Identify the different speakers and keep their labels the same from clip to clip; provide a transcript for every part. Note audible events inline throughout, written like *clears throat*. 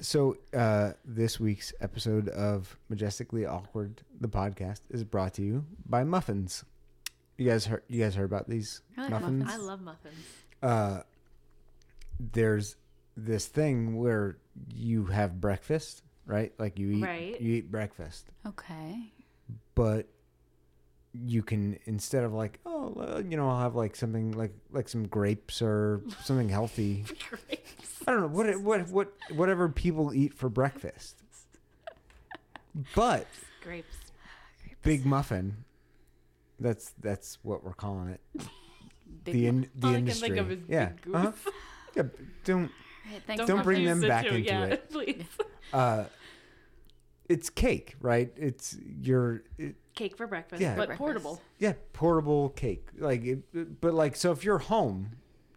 Speaker 1: So, uh, this week's episode of Majestically Awkward, the podcast, is brought to you by muffins. You guys heard? You guys heard about these
Speaker 2: I like
Speaker 1: muffins?
Speaker 2: muffins. I love muffins. *laughs*
Speaker 1: Uh, there's this thing where you have breakfast, right? Like you eat,
Speaker 2: Right.
Speaker 1: you eat breakfast,
Speaker 3: Okay.
Speaker 1: but you can instead of like, oh, well, you know, I'll have like something like like some grapes or something
Speaker 2: *laughs*
Speaker 1: healthy.
Speaker 2: Grapes.
Speaker 1: I don't know what what what whatever people eat for breakfast. But
Speaker 2: Grapes.
Speaker 1: Big Muffin, that's that's what we're calling it.
Speaker 3: Big
Speaker 1: the in, the
Speaker 2: All I can
Speaker 1: industry,
Speaker 2: think of is
Speaker 1: yeah.
Speaker 2: Big Goose.
Speaker 1: uh-huh. yeah. Don't
Speaker 3: Right, thanks.
Speaker 1: Don't bring
Speaker 2: confuse
Speaker 1: them
Speaker 2: the
Speaker 1: back
Speaker 2: two,
Speaker 1: into *laughs*
Speaker 2: yeah,
Speaker 1: it.
Speaker 2: Please.
Speaker 1: uh, it's cake, right? It's your it,
Speaker 2: Cake for breakfast,
Speaker 1: Yeah. For
Speaker 2: but
Speaker 3: breakfast.
Speaker 2: portable.
Speaker 1: yeah portable cake, like it, but like so if you're home,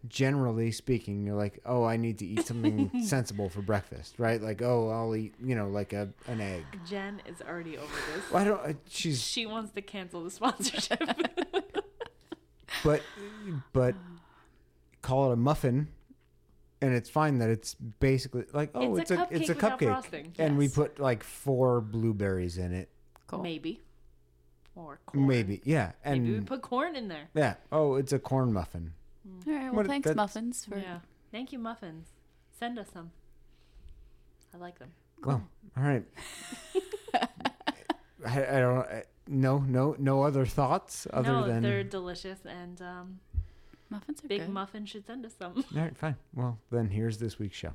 Speaker 1: generally speaking, you're like, oh, I need to eat
Speaker 2: *laughs*
Speaker 1: something sensible for breakfast, right? Like oh, I'll eat you know like a an egg.
Speaker 2: Jen is already over this.
Speaker 1: Well, I don't. She's
Speaker 2: She wants to cancel the sponsorship.
Speaker 1: but but call it a muffin and it's fine that it's basically like *laughs* oh it's,
Speaker 2: It's
Speaker 1: a,
Speaker 2: a
Speaker 1: it's a
Speaker 2: cupcake without
Speaker 1: cupcake
Speaker 2: frosting.
Speaker 1: and we
Speaker 3: Yes.
Speaker 1: put like four blueberries in it
Speaker 3: Cool.
Speaker 2: Maybe. Or corn.
Speaker 1: maybe yeah and
Speaker 2: Maybe we put corn in there.
Speaker 1: yeah oh it's a corn muffin
Speaker 3: All right. Well,
Speaker 1: What-
Speaker 3: thanks,
Speaker 1: that's-
Speaker 3: muffins. For,
Speaker 2: Yeah. Thank you, muffins. Send us some. I like them.
Speaker 1: well all
Speaker 2: *laughs*
Speaker 1: right I, I don't I, no no no other thoughts other
Speaker 2: no,
Speaker 1: than
Speaker 2: they're delicious, and um,
Speaker 3: Muffins are
Speaker 2: Big
Speaker 3: good.
Speaker 2: Muffin should send us some.
Speaker 1: all right fine well then here's this week's show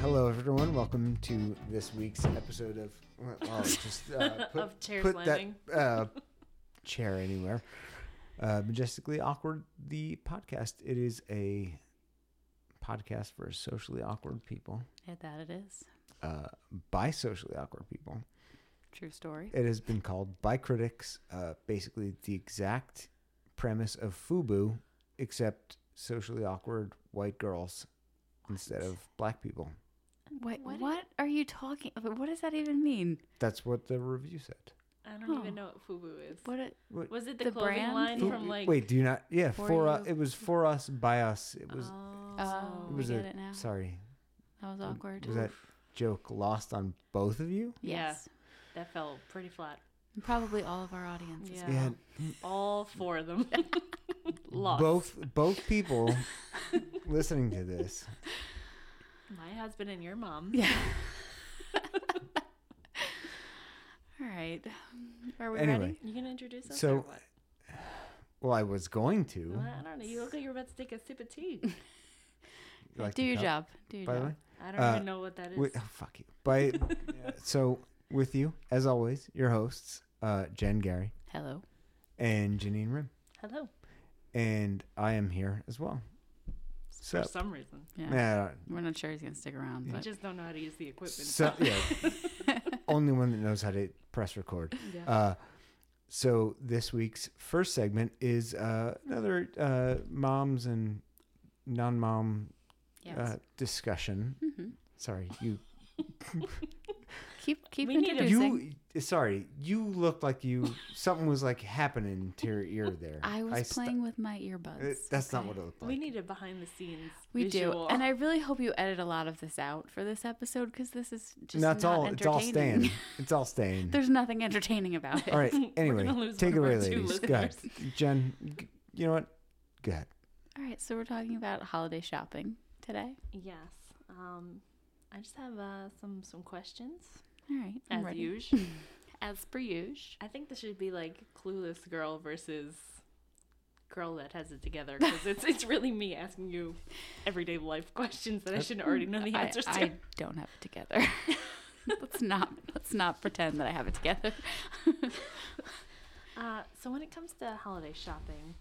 Speaker 1: Hello, everyone. Welcome to this week's episode of. Well, I'll just
Speaker 2: *laughs*
Speaker 1: uh, put,
Speaker 2: Of Chairs
Speaker 1: put
Speaker 2: Landing.
Speaker 1: that uh, chair anywhere. Uh, Majestically awkward, the podcast. It is a podcast for socially awkward people,
Speaker 3: Yeah, that it is.
Speaker 1: uh, by socially awkward people.
Speaker 3: True story.
Speaker 1: It has been called by critics uh, basically the exact premise of FUBU, except socially awkward white girls instead of black people.
Speaker 3: Wait,
Speaker 2: What?
Speaker 3: what, are you talking? What does that even mean?
Speaker 1: That's what the review said.
Speaker 2: I don't
Speaker 3: Oh.
Speaker 2: even know what FUBU is.
Speaker 3: What? A,
Speaker 2: Was it the,
Speaker 3: The
Speaker 2: clothing
Speaker 3: brand?
Speaker 2: line
Speaker 1: Fu-
Speaker 2: from like?
Speaker 1: Wait, do you not? Yeah,
Speaker 3: For
Speaker 1: for us.
Speaker 3: you.
Speaker 1: It was for us by us. It was.
Speaker 2: Oh,
Speaker 3: oh,
Speaker 1: it was
Speaker 3: I
Speaker 1: a
Speaker 3: get it now.
Speaker 1: sorry
Speaker 3: That was awkward.
Speaker 1: was that joke lost on both of you.
Speaker 2: Yeah.
Speaker 3: Yes.
Speaker 2: that fell pretty flat.
Speaker 3: And Probably all of our audience. as
Speaker 2: Yeah.
Speaker 3: well.
Speaker 1: And
Speaker 2: All four of them *laughs* lost.
Speaker 1: both both
Speaker 2: *laughs*
Speaker 1: people listening to this.
Speaker 2: my husband and your mom.
Speaker 3: Yeah. *laughs* all right. Are we
Speaker 1: Anyway.
Speaker 3: ready?
Speaker 2: You gonna introduce us? or
Speaker 1: So,
Speaker 2: what?
Speaker 1: well, I was going to
Speaker 2: Well, I don't know. You look like you're about to take a sip of tea.
Speaker 1: You like
Speaker 3: Do
Speaker 1: the
Speaker 3: your
Speaker 1: cup,
Speaker 3: job. Do your
Speaker 1: By the
Speaker 3: job.
Speaker 1: way,
Speaker 2: I don't
Speaker 1: Uh,
Speaker 2: even know what that is.
Speaker 1: Wait, oh, fuck you. By so with you as always, your hosts uh, Jen Gary
Speaker 3: Hello.
Speaker 1: and Janine Rim,
Speaker 2: Hello.
Speaker 1: and I am here as well.
Speaker 2: For
Speaker 1: So,
Speaker 2: some reason,
Speaker 3: Yeah.
Speaker 1: yeah,
Speaker 3: We're not sure he's gonna stick around,
Speaker 2: I
Speaker 3: but
Speaker 2: just don't know how to use the equipment.
Speaker 1: so yeah, only one that knows how to press
Speaker 3: *laughs*
Speaker 1: record.
Speaker 2: Yeah.
Speaker 1: Uh, so this week's first segment is uh, another uh, moms and non-mom
Speaker 3: yes.
Speaker 1: uh, discussion.
Speaker 3: hmm
Speaker 1: Sorry, you
Speaker 3: Keep keep
Speaker 2: We need a-
Speaker 3: introducing.
Speaker 1: you sorry, you looked like you something was like happening to your ear there.
Speaker 3: I was
Speaker 1: st-
Speaker 3: playing with my
Speaker 1: Uh,
Speaker 3: earbuds.
Speaker 1: That's not
Speaker 3: okay?
Speaker 1: what it looked like.
Speaker 2: we need a behind the scenes.
Speaker 3: We
Speaker 2: visual.
Speaker 3: do, and I really hope you edit a lot of this out for this episode because this is just
Speaker 1: no, it's
Speaker 3: not
Speaker 1: all it's all
Speaker 3: entertaining. *laughs*
Speaker 1: staying. It's all staying.
Speaker 3: There's nothing entertaining about it.
Speaker 1: all right.
Speaker 2: We're
Speaker 1: Anyway,
Speaker 2: gonna lose
Speaker 1: take it
Speaker 2: one of
Speaker 1: away,
Speaker 2: our two
Speaker 1: ladies. Go ahead. Jen, g- you know what? Go ahead.
Speaker 3: All right, so we're talking about holiday shopping today.
Speaker 2: yes. Um, I just have uh, some some questions
Speaker 3: All right, I'm
Speaker 2: as
Speaker 3: ready.
Speaker 2: usual.
Speaker 3: As per usual.
Speaker 2: I think this should be like clueless girl versus girl that has it together because it's it's really me asking you everyday life questions that I should already know the
Speaker 3: I,
Speaker 2: answers to.
Speaker 3: I *laughs* don't have it together. *laughs* let's not let's not pretend that I have it *laughs* together.
Speaker 2: Uh, so when it comes to holiday shopping,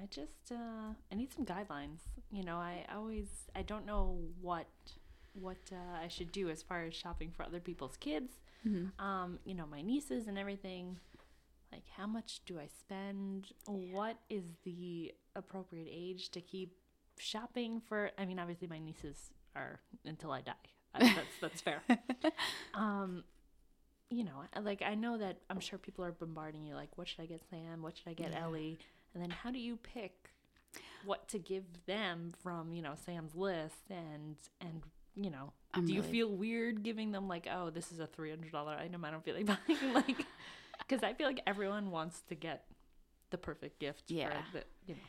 Speaker 2: I just uh, I need some guidelines. You know, I always I don't know what what uh, I should do as far as shopping for other people's kids.
Speaker 3: Mhm.
Speaker 2: Um, you know, my nieces and everything. Like, how much do I spend? What is the appropriate age to keep shopping for? I mean, obviously, my nieces are until I die. I, that's that's fair. um, you know, I- like I know that I'm sure people are bombarding you, like, what should I get Sam? What should I get Ellie? And then how do you pick what to give them from you know Sam's list and and you know.
Speaker 3: I'm
Speaker 2: do you
Speaker 3: really-
Speaker 2: feel weird giving them like, oh, this is a three hundred dollar item? I don't feel like *laughs* buying like, because I feel like everyone wants to get the perfect gift.
Speaker 3: Yeah.
Speaker 2: For the, you know.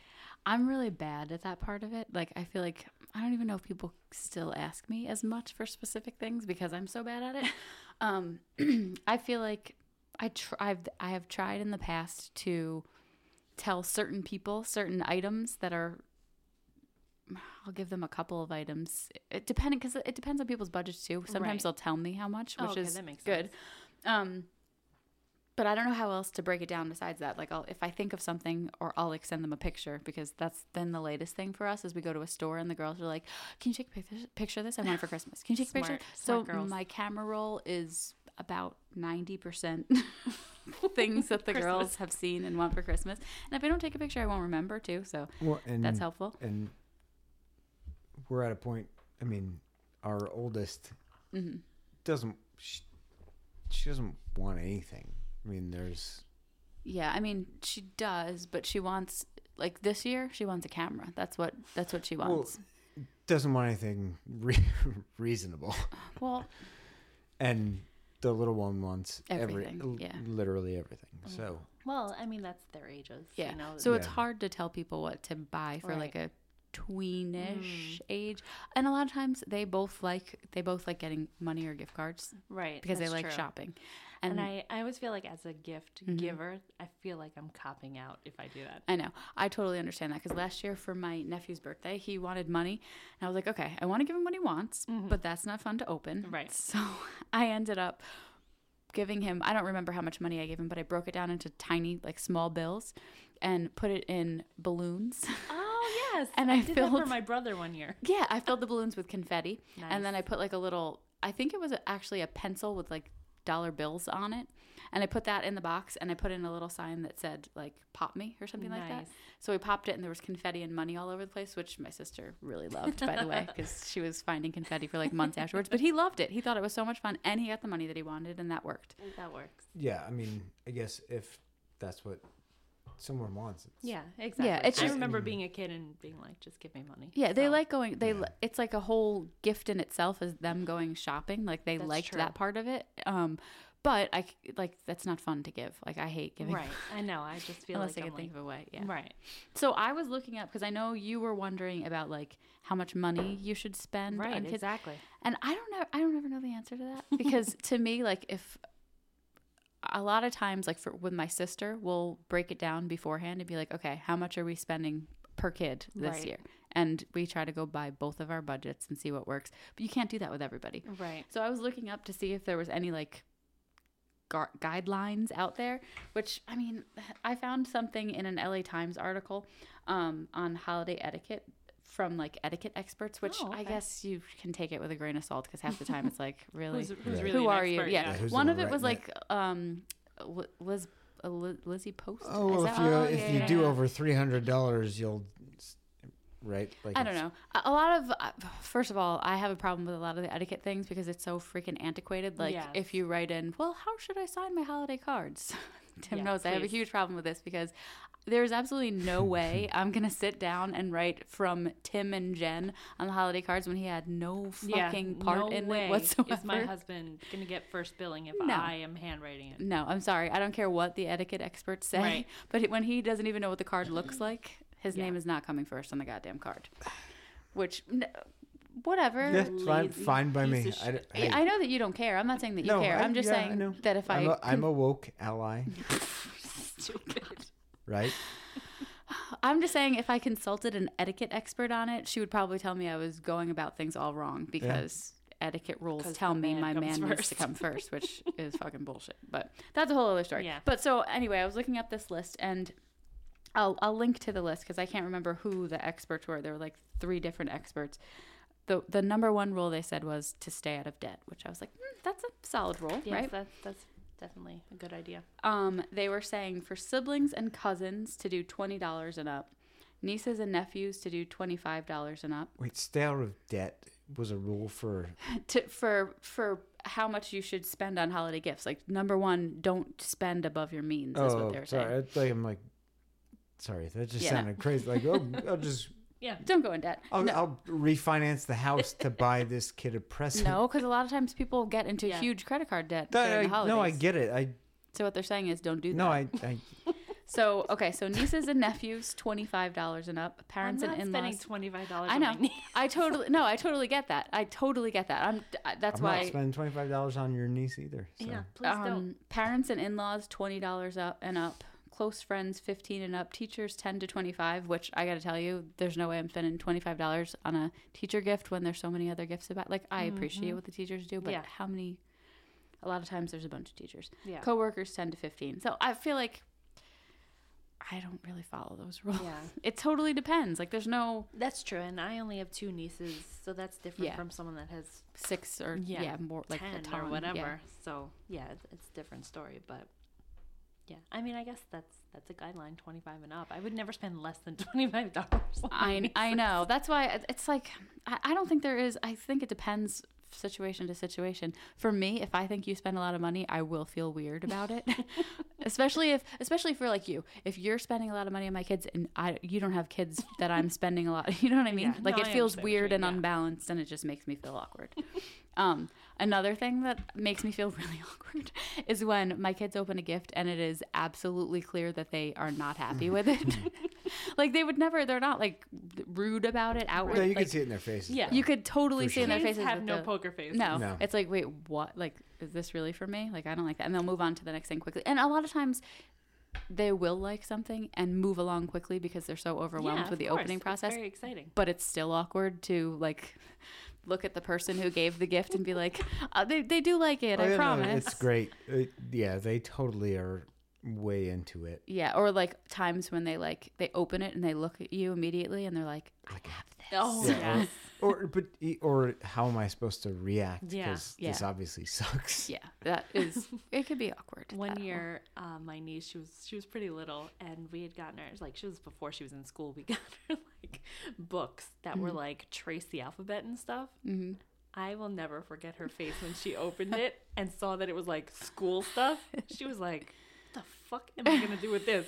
Speaker 3: I'm really bad at that part of it. Like, I feel like I don't even know if people still ask me as much for specific things because I'm so bad
Speaker 2: *laughs*
Speaker 3: at it. Um, *clears throat* I feel like I tr- I've I have tried in the past to tell certain people certain items that are. I'll give them a couple of items, it, depending because it depends on people's budgets too. Sometimes
Speaker 2: Right.
Speaker 3: they'll tell me how much,
Speaker 2: Oh,
Speaker 3: which
Speaker 2: okay,
Speaker 3: is
Speaker 2: that makes
Speaker 3: good.
Speaker 2: sense.
Speaker 3: Um, but I don't know how else to break it down besides that. Like, I'll, if I think of something, or I'll like send them a picture because that's then the latest thing for us is we go to a store and the girls are like, "Can you take a picture, picture of this? I want it for Christmas. Can you take a
Speaker 2: Smart-
Speaker 3: picture?"
Speaker 2: smart
Speaker 3: so
Speaker 2: girls.
Speaker 3: my camera roll is about ninety percent *laughs* things that the girls
Speaker 2: Christmas.
Speaker 3: have seen and want for Christmas. And if I don't take a picture, I won't remember too. So
Speaker 1: Well, and
Speaker 3: that's helpful.
Speaker 1: and we're at a point. I mean, our oldest doesn't she, she doesn't want anything. I mean, there's
Speaker 3: Yeah, I mean she does, but she wants like this year she wants a camera. That's what that's what she
Speaker 1: well,
Speaker 3: wants.
Speaker 1: doesn't want anything re- *laughs* reasonable,
Speaker 3: Well,
Speaker 1: and the little one wants every,
Speaker 3: Everything,
Speaker 1: l-
Speaker 3: yeah. Mm.
Speaker 1: literally everything. So
Speaker 2: Well, I mean, that's their ages.
Speaker 3: yeah.
Speaker 2: You know,
Speaker 3: so it's
Speaker 1: Yeah.
Speaker 3: hard to tell people what to buy for
Speaker 2: Right. Mm-hmm.
Speaker 3: like a tweenish age, and a lot of times they both like they both like getting money or gift cards
Speaker 2: right
Speaker 3: because they
Speaker 2: that's
Speaker 3: like
Speaker 2: true.
Speaker 3: shopping. And,
Speaker 2: And Mm-hmm.
Speaker 3: I,
Speaker 2: I, I always feel like as a gift giver, I feel like I'm copping out if I do that.
Speaker 3: I know I totally understand that because last year for my nephew's birthday he wanted money, and I was like, okay, I want to give him what he wants, but that's not fun to open.
Speaker 2: Mm-hmm. Right.
Speaker 3: *laughs* So I ended up giving him I don't remember how much money I gave him, but I broke it down into tiny like small bills and put it in balloons. *laughs*
Speaker 2: Oh yes,
Speaker 3: And I
Speaker 2: did that
Speaker 3: filled-
Speaker 2: for my brother one year.
Speaker 3: yeah, I filled the balloons with confetti and then I put like a little I think it was actually a pencil with like dollar bills on it. And I put that in the box and I put in a little sign that said like pop me or something like that.
Speaker 2: Nice.
Speaker 3: So we popped it and there was confetti and money all over the place, which my sister really loved by the way cuz she was finding confetti for like months afterwards, but he loved it. He thought it was so much fun and he got the money that he wanted and that worked.
Speaker 2: That works.
Speaker 1: yeah, I mean, I guess if that's what someone wants, it's,
Speaker 2: Yeah, exactly.
Speaker 3: it's
Speaker 2: I
Speaker 3: just-
Speaker 2: remember being a kid and being like, just give me money.
Speaker 3: Yeah, they
Speaker 2: So,
Speaker 3: like going. They
Speaker 1: Yeah.
Speaker 3: li- it's like a whole gift in itself is them going shopping. Like they
Speaker 2: That's
Speaker 3: liked
Speaker 2: true.
Speaker 3: that part of it. Um, but I c- like that's not fun to give. Like I hate giving. *laughs*
Speaker 2: Right. I know. I just feel
Speaker 3: Unless
Speaker 2: like
Speaker 3: I
Speaker 2: I'm
Speaker 3: can think
Speaker 2: like,
Speaker 3: of a way. Yeah.
Speaker 2: right.
Speaker 3: So I was looking up because I know you were wondering about like how much money you should spend on
Speaker 2: Right.
Speaker 3: kids.
Speaker 2: Exactly.
Speaker 3: And I don't know. I don't ever know the answer to that because to me, like if a lot of times, like for with my sister, we'll break it down beforehand and be like, okay, how much are we spending per kid this
Speaker 2: Right.
Speaker 3: year? And we try to go by both of our budgets and see what works. But you can't do that with everybody.
Speaker 2: Right.
Speaker 3: So I was looking up to see if there was any like gar- guidelines out there, which I mean, I found something in an LA Times article um, on holiday etiquette from like etiquette experts, which
Speaker 2: Oh,
Speaker 3: I
Speaker 2: okay.
Speaker 3: guess you can take it with a grain of salt because half the time it's
Speaker 2: *laughs*
Speaker 3: like, really,
Speaker 2: Who's, who's
Speaker 1: Yeah.
Speaker 2: really
Speaker 3: who
Speaker 2: an
Speaker 3: are you?
Speaker 2: expert?
Speaker 3: Yeah.
Speaker 1: Yeah, who's the one
Speaker 3: One of it was
Speaker 1: writing
Speaker 3: like um, Li- Liz, uh, Li- Lizzie Post.
Speaker 1: Oh,
Speaker 3: Is
Speaker 1: well,
Speaker 3: that
Speaker 1: if
Speaker 3: what-
Speaker 1: you
Speaker 2: oh,
Speaker 1: if
Speaker 2: yeah,
Speaker 1: you
Speaker 2: yeah,
Speaker 1: do
Speaker 2: yeah.
Speaker 1: over three hundred dollars, you'll s- right. Like
Speaker 3: I don't
Speaker 1: it's-
Speaker 3: know. A- A lot of, uh, first of all, I have a problem with a lot of the etiquette things because it's so freaking antiquated. Like,
Speaker 2: Yes.
Speaker 3: if you write in, well, how should I sign my holiday cards? *laughs* Tim
Speaker 2: Yeah,
Speaker 3: knows I have a
Speaker 2: please.
Speaker 3: huge problem with this because there's absolutely
Speaker 1: *laughs*
Speaker 3: no way I'm going to sit down and write from Tim and Jen on the holiday cards when he had no
Speaker 2: Yeah,
Speaker 3: fucking part
Speaker 2: no
Speaker 3: in
Speaker 2: way
Speaker 3: it whatsoever.
Speaker 2: Is my husband gonna get first billing if
Speaker 3: No.
Speaker 2: I am handwriting it?
Speaker 3: No, I'm sorry. I don't care what the etiquette experts say.
Speaker 2: Right.
Speaker 3: *laughs* But when he doesn't even know what the card looks like, his
Speaker 2: Yeah.
Speaker 3: name is not coming first on the goddamn card. Which, n- whatever.
Speaker 1: Yeah, it's fine,
Speaker 2: lazy
Speaker 1: fine by me.
Speaker 2: piece of
Speaker 1: I, don't-
Speaker 3: Yeah,
Speaker 1: hey.
Speaker 3: I know that you don't care. I'm not saying that you
Speaker 1: No,
Speaker 3: care.
Speaker 1: I-
Speaker 3: I, am just
Speaker 1: yeah, I
Speaker 3: saying
Speaker 1: know.
Speaker 3: that if I,
Speaker 1: I'm a, I'm
Speaker 3: con-
Speaker 1: a woke
Speaker 3: *laughs*
Speaker 1: ally,
Speaker 2: Stupid.
Speaker 1: right?
Speaker 3: I'm just saying if I consulted an etiquette expert on it, she would probably tell me I was going about things all wrong because etiquette rules
Speaker 2: 'Cause
Speaker 3: tell
Speaker 2: the
Speaker 3: me
Speaker 2: man
Speaker 3: my
Speaker 2: comes
Speaker 3: man needs to
Speaker 2: first.
Speaker 3: come first,
Speaker 2: *laughs*
Speaker 3: which is fucking bullshit. But that's a whole other story.
Speaker 2: Yeah.
Speaker 3: But so anyway, I was looking up this list and I'll I'll link to the list because I can't remember who the experts were. There were like three different experts. The the number one rule they said was to stay out of debt, which I was like, "Hmm, that's a solid rule,
Speaker 2: Yes,
Speaker 3: right?
Speaker 2: that's that's definitely a good idea.
Speaker 3: Um, they were saying for siblings and cousins to do twenty dollars and up, nieces and nephews to do twenty five dollars and up.
Speaker 1: Wait, stay out of debt was a rule for
Speaker 3: To, for for how much you should spend on holiday gifts. Like number one, don't spend above your means. is what
Speaker 1: Oh,
Speaker 3: they were
Speaker 1: sorry.
Speaker 3: saying.
Speaker 1: It's like, I'm like, sorry, that just
Speaker 3: Yeah, no.
Speaker 1: sounded crazy. Like, oh, I'll just,
Speaker 2: Yeah.
Speaker 3: Don't go in
Speaker 1: *laughs*
Speaker 3: debt.
Speaker 1: I'll,
Speaker 3: no.
Speaker 1: I'll refinance the house to buy this kid a present.
Speaker 3: No, because a lot of times people get into
Speaker 2: Yeah.
Speaker 3: huge credit card debt
Speaker 1: That-
Speaker 3: during the
Speaker 1: I,
Speaker 3: holidays.
Speaker 1: no, I get it. I
Speaker 3: So what they're saying is, don't do that.
Speaker 1: no, I, I
Speaker 3: So okay, so nieces and nephews, twenty five dollars and up. Parents
Speaker 2: I'm not
Speaker 3: and in
Speaker 2: spending
Speaker 3: laws.
Speaker 2: twenty five dollars.
Speaker 3: I know.
Speaker 2: *laughs*
Speaker 3: I totally no. I totally get that. I totally get that. I'm. I- *laughs* That's
Speaker 1: I'm
Speaker 3: why.
Speaker 1: not spending twenty five dollars on your niece either. So.
Speaker 2: Yeah, please don't.
Speaker 3: *laughs* um, parents and in-laws twenty dollars up and up close friends 15 and up teachers 10 to 25 which i gotta tell you there's no way i'm spending $25 on a teacher gift when there's so many other gifts about like i appreciate what the teachers do but
Speaker 2: Mm-hmm. Yeah.
Speaker 3: how many a lot of times there's a bunch of teachers
Speaker 2: Yeah.
Speaker 3: coworkers 10 to 15 so i feel like i don't really follow those rules
Speaker 2: Yeah.
Speaker 3: it totally depends like there's no
Speaker 2: That's true, and I only have two nieces, so that's different
Speaker 3: Yeah.
Speaker 2: from someone that has
Speaker 3: six or yeah,
Speaker 2: Yeah.
Speaker 3: more like a
Speaker 2: ten
Speaker 3: ton,
Speaker 2: or
Speaker 3: yeah.
Speaker 2: whatever. So yeah, it's, it's a different story, but yeah, I mean, I guess that's that's a guideline, twenty five and up. I would never spend less than *laughs* twenty five dollars.
Speaker 3: I,
Speaker 2: *laughs*
Speaker 3: I know. That's why it- it's like, I, I don't think there is, I think it depends situation to situation. For me, if I think you spend a lot of money, I will feel weird about it. *laughs* especially if, especially if we're like you, if you're spending a lot of money on my kids and I, you don't have kids that I'm spending a lot, *laughs* you know what I mean?
Speaker 2: Yeah.
Speaker 3: Like
Speaker 2: No,
Speaker 3: it
Speaker 2: I
Speaker 3: feels
Speaker 2: understand what you
Speaker 3: weird
Speaker 2: mean,
Speaker 3: and
Speaker 2: yeah.
Speaker 3: unbalanced and it just makes me feel awkward. um, another thing that makes me feel *laughs* really awkward is when my kids open a gift and it is absolutely clear that they are not happy with it.
Speaker 2: Mm-hmm.
Speaker 3: *laughs* like they would never they're not like rude about it outward
Speaker 1: No, you
Speaker 3: like,
Speaker 1: can see it in their faces.
Speaker 2: Yeah.
Speaker 1: though.
Speaker 3: you could totally
Speaker 1: For
Speaker 3: see in their
Speaker 2: Please
Speaker 3: faces
Speaker 2: have
Speaker 3: that
Speaker 2: no
Speaker 3: the-
Speaker 2: poker face.
Speaker 3: no.
Speaker 1: No.
Speaker 3: it's like wait what like is this really for me like i don't like that and they'll move on to the next thing quickly and a lot of times they will like something and move along quickly because they're so overwhelmed
Speaker 2: of
Speaker 3: with the
Speaker 2: course,
Speaker 3: opening
Speaker 2: it's
Speaker 3: process
Speaker 2: very
Speaker 3: *laughs*
Speaker 2: exciting.
Speaker 3: but it's still awkward to like look at the person who gave the gift and be like uh, they, they do like it
Speaker 1: Oh,
Speaker 3: i
Speaker 1: yeah, no,
Speaker 3: promise
Speaker 1: it's great. It- yeah, they totally are way into it.
Speaker 3: yeah or like times when they like they open it and they look at you immediately and they're like i have this
Speaker 2: Oh
Speaker 1: Yeah,
Speaker 2: yes.
Speaker 1: Or but e- or how am I supposed to react?
Speaker 2: Yeah.
Speaker 1: this
Speaker 3: Yeah.
Speaker 1: obviously sucks.
Speaker 3: Yeah, that is. It could be awkward. at
Speaker 2: One
Speaker 3: that
Speaker 2: year, uh, my niece she was she was pretty little, and we had gotten her it was like she was before she was in school. We *laughs* got her like books that were
Speaker 3: Mm-hmm.
Speaker 2: like trace the alphabet and stuff. Mm-hmm. I will never forget her face when she opened it and saw that it was like school stuff. She was like, "What the fuck am I gonna do
Speaker 3: *laughs*
Speaker 2: with this?"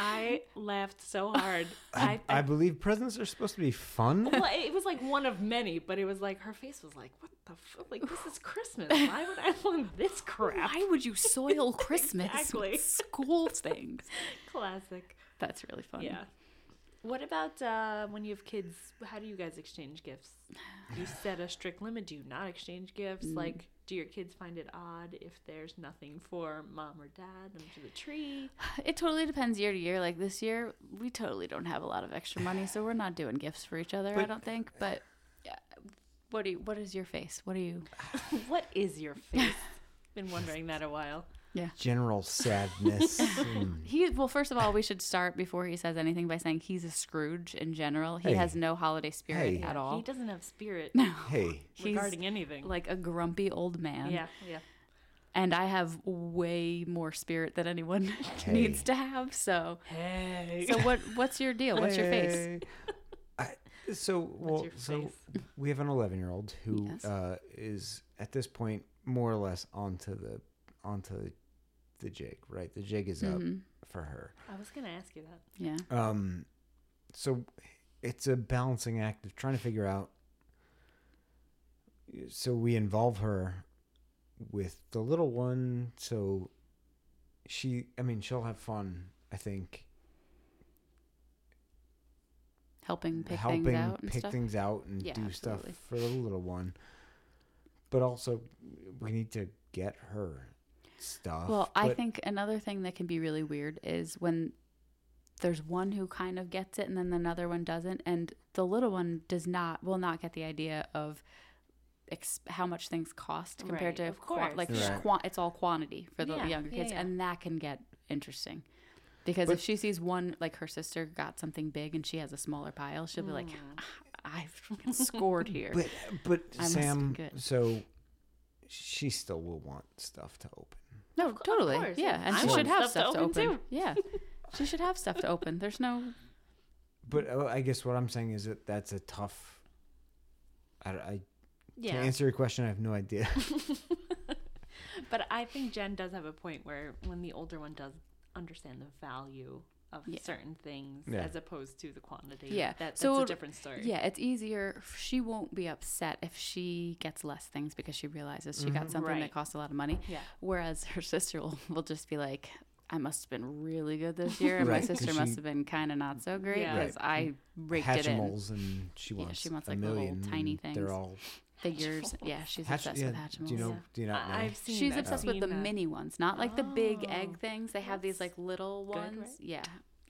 Speaker 2: I laughed so hard. I,
Speaker 1: I believe presents are supposed to be fun.
Speaker 3: *laughs*
Speaker 2: well, it was like one of many, but it was like her face was like, "What the fuck? Like this is Christmas. Why would I want this crap?"
Speaker 3: level. *laughs* Why would you
Speaker 2: *laughs*
Speaker 3: soil Christmas
Speaker 2: Exactly.
Speaker 3: with school things?
Speaker 2: Classic.
Speaker 3: That's really funny.
Speaker 2: Yeah. What about uh, when you have kids? How do you guys exchange gifts? Do you set a strict limit? Do you not exchange gifts? Like, do your kids find it odd if there's nothing for mom or dad under the tree?
Speaker 3: It totally depends year to year. Like this year, we totally don't have a lot of extra money, so we're not doing gifts for each other. I
Speaker 1: But-
Speaker 3: don't think. But yeah, what do you? What is your face? What do you?
Speaker 2: *laughs* What is your face? *laughs* Been wondering that a while.
Speaker 1: General
Speaker 3: *laughs*
Speaker 1: sadness. Mm.
Speaker 3: He well, first of all, we should start before he says anything by saying he's a Scrooge in general. He
Speaker 1: Hey.
Speaker 3: has no holiday spirit
Speaker 1: Hey.
Speaker 3: at
Speaker 2: He
Speaker 3: all.
Speaker 2: doesn't have *laughs* spirit
Speaker 1: hey,
Speaker 3: He's
Speaker 2: regarding anything.
Speaker 3: like a grumpy old man.
Speaker 2: yeah, yeah.
Speaker 3: and I have way more spirit than anyone *laughs*
Speaker 1: Hey.
Speaker 3: needs to have. So,
Speaker 2: Hey.
Speaker 3: so what? What's your deal? What's your face?
Speaker 1: Hey. I, so well,
Speaker 2: your
Speaker 1: so
Speaker 2: face?
Speaker 1: we have an 11 year old who
Speaker 3: Yes.
Speaker 1: uh, is at this point more or less onto the onto the jig, right? The jig is up
Speaker 3: Mhm.
Speaker 1: for her.
Speaker 2: I was gonna ask you that.
Speaker 3: Yeah,
Speaker 1: Um, so it's a balancing act of trying to figure out. So we involve her with the little one, so she. I mean, she'll have fun. I think
Speaker 3: helping pick
Speaker 1: helping
Speaker 3: things out and
Speaker 1: pick
Speaker 3: stuff.
Speaker 1: things out and
Speaker 3: Yeah,
Speaker 1: do
Speaker 3: absolutely.
Speaker 1: stuff for the little one. But also, we need to get her stuff.
Speaker 3: Well, I
Speaker 1: but-
Speaker 3: think another thing that can be really weird is when there's one who kind of gets it and then another one doesn't, and the little one does not will not get the idea of. Ex- how much things cost compared
Speaker 2: Right,
Speaker 3: to
Speaker 2: of
Speaker 3: quan-
Speaker 2: course.
Speaker 3: like
Speaker 1: Right.
Speaker 3: quan- it's all quantity for the
Speaker 2: Yeah,
Speaker 3: younger
Speaker 2: yeah,
Speaker 3: kids
Speaker 2: yeah.
Speaker 3: and that can get interesting because
Speaker 1: But-
Speaker 3: if she sees one like her sister got something big and she has a smaller pile she'll be like
Speaker 2: Mm.
Speaker 3: "Ah, i fucking scored here
Speaker 1: But but
Speaker 3: I must be
Speaker 1: Sam,
Speaker 3: good.
Speaker 1: so she still will want stuff to open.
Speaker 3: No,
Speaker 2: cou- of
Speaker 3: totally.
Speaker 2: course,
Speaker 3: yeah,
Speaker 2: yeah.
Speaker 3: and
Speaker 2: I
Speaker 3: she
Speaker 2: want
Speaker 3: should have
Speaker 2: stuff
Speaker 3: stuff
Speaker 2: to
Speaker 3: to open.
Speaker 2: open, too.
Speaker 3: Yeah, she should have stuff to open. There's no.
Speaker 1: But uh, I guess what I'm saying is that that's a tough. I, I To
Speaker 2: Yeah.
Speaker 1: answer your question, I have no
Speaker 3: *laughs*
Speaker 1: idea.
Speaker 2: But I think Jen does have a point where when the older one does understand the value of
Speaker 3: Yeah.
Speaker 2: certain things
Speaker 1: Yeah.
Speaker 2: as opposed to the quantity.
Speaker 3: Yeah.
Speaker 2: That, that's
Speaker 3: So
Speaker 2: a
Speaker 3: it'll-
Speaker 2: different story.
Speaker 3: Yeah, it's easier. She won't be upset if she gets less things because she realizes she
Speaker 1: Mm-hmm.
Speaker 3: got something
Speaker 2: Right.
Speaker 3: that costs a lot of money.
Speaker 2: Yeah.
Speaker 3: Whereas her *laughs* sister will, will just be like, I must have been really good this year. And
Speaker 1: Right,
Speaker 3: my
Speaker 1: 'cause
Speaker 3: sister must
Speaker 1: she-
Speaker 3: have been kind of not so great
Speaker 2: Yeah.
Speaker 1: Right. Mm.
Speaker 3: because I raked it in.
Speaker 1: Hatchimals and she
Speaker 3: Yeah,
Speaker 1: wants.
Speaker 3: she wants,
Speaker 1: a
Speaker 3: like, little
Speaker 1: million.
Speaker 3: tiny
Speaker 1: and They're
Speaker 3: things.
Speaker 1: all
Speaker 3: Figures. Yeah, she's
Speaker 1: Hatch-
Speaker 3: obsessed
Speaker 1: yeah,
Speaker 3: with Hatchimals.
Speaker 1: Do you know?
Speaker 2: Yeah.
Speaker 1: Do you not know?
Speaker 2: I, I've seen
Speaker 3: She's
Speaker 2: that.
Speaker 3: obsessed
Speaker 2: I've
Speaker 3: with the
Speaker 2: seen that.
Speaker 3: mini ones, not like the big egg
Speaker 2: Oh,
Speaker 3: things. They have these like
Speaker 2: that's
Speaker 3: little
Speaker 2: good,
Speaker 3: ones.
Speaker 2: right?
Speaker 3: Yeah.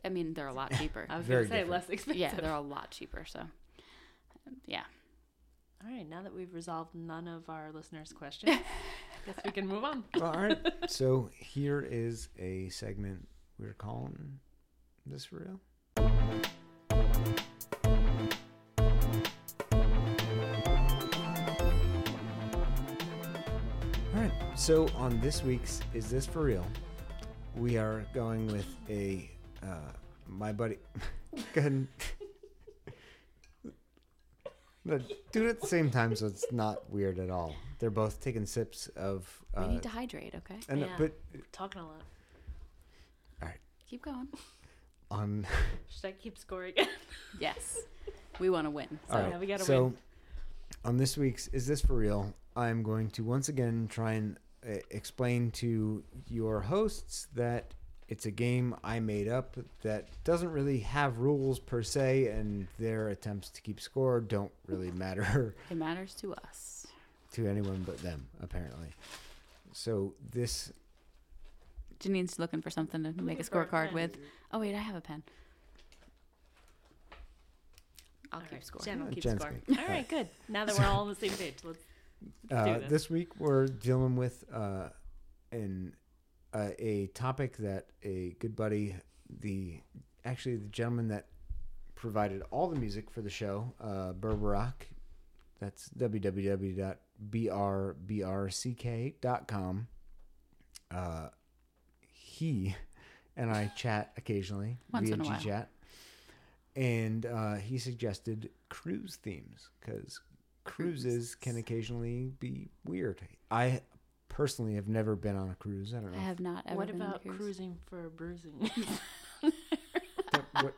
Speaker 3: I mean, they're a lot cheaper. *laughs*
Speaker 2: I was
Speaker 1: Very
Speaker 2: going to say
Speaker 1: different.
Speaker 2: less expensive.
Speaker 3: yeah, they're a lot cheaper. So, yeah.
Speaker 2: All right, now that we've resolved none of our listeners' questions,
Speaker 3: *laughs*
Speaker 2: guess we can move on.
Speaker 1: Well, all right. So here is a segment we're calling this for real. All right. So on this week's Is This For Real, we are going with a uh, my buddy. *laughs* Go ahead. And... *laughs* But Do it at the same time, so it's not weird at all. They're both taking sips of. Uh,
Speaker 3: We need to hydrate, okay?
Speaker 1: and
Speaker 2: Yeah.
Speaker 1: but
Speaker 2: Talking a lot.
Speaker 3: Keep going.
Speaker 1: on *laughs*
Speaker 2: Should I keep scoring?
Speaker 3: Yes. We want to win.
Speaker 1: all right,
Speaker 2: now we gotta
Speaker 1: so
Speaker 2: win.
Speaker 1: on this week's is this for real? I'm going to once again try and uh, explain to your hosts that it's a game I made up that doesn't really have rules per se, and their attempts to keep score don't really *laughs* matter.
Speaker 3: It matters to us.
Speaker 1: to anyone but them, apparently. So this
Speaker 3: Janine's looking for something to make a
Speaker 2: looking for a
Speaker 3: scorecard
Speaker 2: pen.
Speaker 3: with. Oh, wait, I have a pen. I'll
Speaker 2: All
Speaker 3: keep
Speaker 2: right,
Speaker 3: score.
Speaker 2: Jen will
Speaker 1: Yeah,
Speaker 2: keep
Speaker 1: Uh, Jen's
Speaker 2: score.
Speaker 1: good.
Speaker 2: All
Speaker 1: *laughs*
Speaker 2: right, good. Now that we're all on the same page, let's do
Speaker 1: uh,
Speaker 2: this.
Speaker 1: this week we're dealing with uh, an uh, a topic that a good buddy, the actually the gentleman that provided all the music for the show, uh, Berberak. That's www.brbrck.com. Uh, he and I chat occasionally
Speaker 3: *laughs* Once
Speaker 1: via
Speaker 3: in a while.
Speaker 1: Gchat, and uh, he suggested cruise themes because cruises can occasionally be weird. I personally have never been on a cruise. I don't know.
Speaker 3: I have not ever
Speaker 2: what
Speaker 3: been on a
Speaker 2: about
Speaker 3: cruise.
Speaker 2: cruising for
Speaker 1: *laughs*
Speaker 2: bruising?
Speaker 1: if that- what-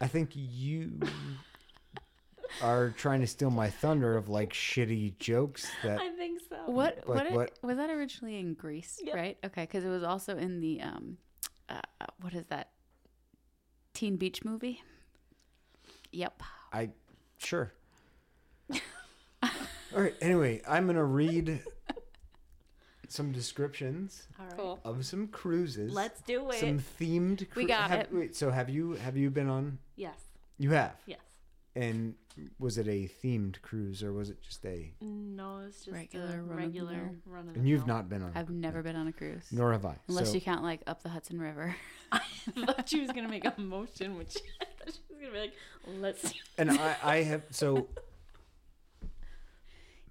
Speaker 1: I think you are trying to steal my thunder of like shitty jokes that
Speaker 2: I think so.
Speaker 3: What,
Speaker 1: Like
Speaker 3: what,
Speaker 1: what?
Speaker 3: was that originally in Greece,
Speaker 2: Yep.
Speaker 3: right? Okay, because it was also in the, um, uh, what is that? Teen Beach movie? Yep.
Speaker 1: I sure. All right. Anyway, I'm gonna read some descriptions
Speaker 2: All right.
Speaker 3: Cool.
Speaker 1: of some cruises.
Speaker 2: Let's do it.
Speaker 1: some themed.
Speaker 3: We got
Speaker 1: have,
Speaker 3: it.
Speaker 1: Wait, so have you have you been on?
Speaker 2: Yes.
Speaker 1: You have.
Speaker 2: Yes.
Speaker 1: And was it a themed cruise or was it just a?
Speaker 2: No, it's just
Speaker 3: Regular
Speaker 2: regular, a
Speaker 3: run-of-the-mill.
Speaker 2: regular run of the
Speaker 1: And you've
Speaker 2: mill.
Speaker 1: not been on.
Speaker 3: I've never been on a cruise.
Speaker 1: Nor have I.
Speaker 3: Unless
Speaker 1: so,
Speaker 3: you count like up the Hudson River.
Speaker 2: *laughs*
Speaker 3: *laughs*
Speaker 2: I thought she was gonna make a motion, which *laughs* I thought she was gonna be like, "Let's."
Speaker 3: *laughs*
Speaker 1: And I, I have so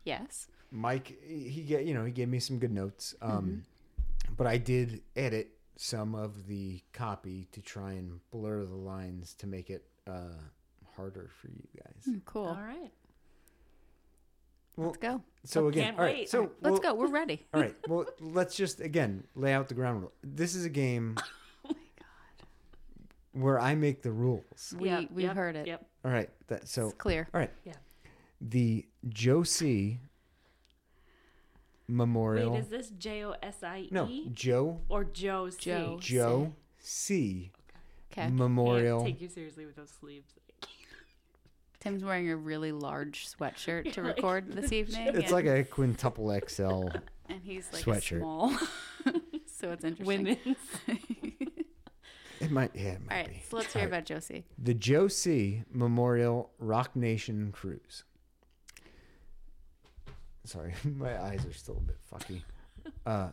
Speaker 3: yes.
Speaker 1: Mike, he get you know he gave me some good notes, um,
Speaker 3: Mm-hmm.
Speaker 1: but I did edit some of the copy to try and blur the lines to make it uh, harder for you guys.
Speaker 3: Hmm, Cool.
Speaker 2: All right.
Speaker 1: Well,
Speaker 3: Let's go.
Speaker 1: so again,
Speaker 2: Can't
Speaker 1: all right,
Speaker 2: wait.
Speaker 1: so
Speaker 3: Let's
Speaker 1: we'll-
Speaker 3: go. We're ready.
Speaker 1: All right, well, let's just again lay out the ground rule. This is a
Speaker 3: *laughs*
Speaker 1: game
Speaker 3: Oh
Speaker 1: where I make the rules.
Speaker 3: We
Speaker 2: Yep,
Speaker 3: we
Speaker 2: yep,
Speaker 3: heard it.
Speaker 2: Yep.
Speaker 1: All right, that so
Speaker 3: It's clear.
Speaker 1: all right.
Speaker 2: Yeah.
Speaker 1: The Josie Memorial.
Speaker 2: Wait, is this J O S I E?
Speaker 1: no, Joe
Speaker 2: Or Joe C?
Speaker 3: Joe.
Speaker 1: Joe C
Speaker 3: Okay.
Speaker 1: Memorial.
Speaker 2: Can't take you seriously with those sleeves.
Speaker 3: Tim's wearing a really large sweatshirt to
Speaker 2: *laughs* You're like-
Speaker 3: record this evening.
Speaker 1: It's
Speaker 3: and,
Speaker 1: like a quintuple XL.
Speaker 3: and he's like
Speaker 1: sweatshirt.
Speaker 3: a small. *laughs* so it's interesting. *laughs*
Speaker 2: Women's.
Speaker 1: It might, yeah, it might
Speaker 3: All right.
Speaker 1: be.
Speaker 3: So let's hear about Josie.
Speaker 1: The Joe C Memorial Rock Nation Cruise. Sorry, *laughs* my eyes are still a bit fucky. Uh,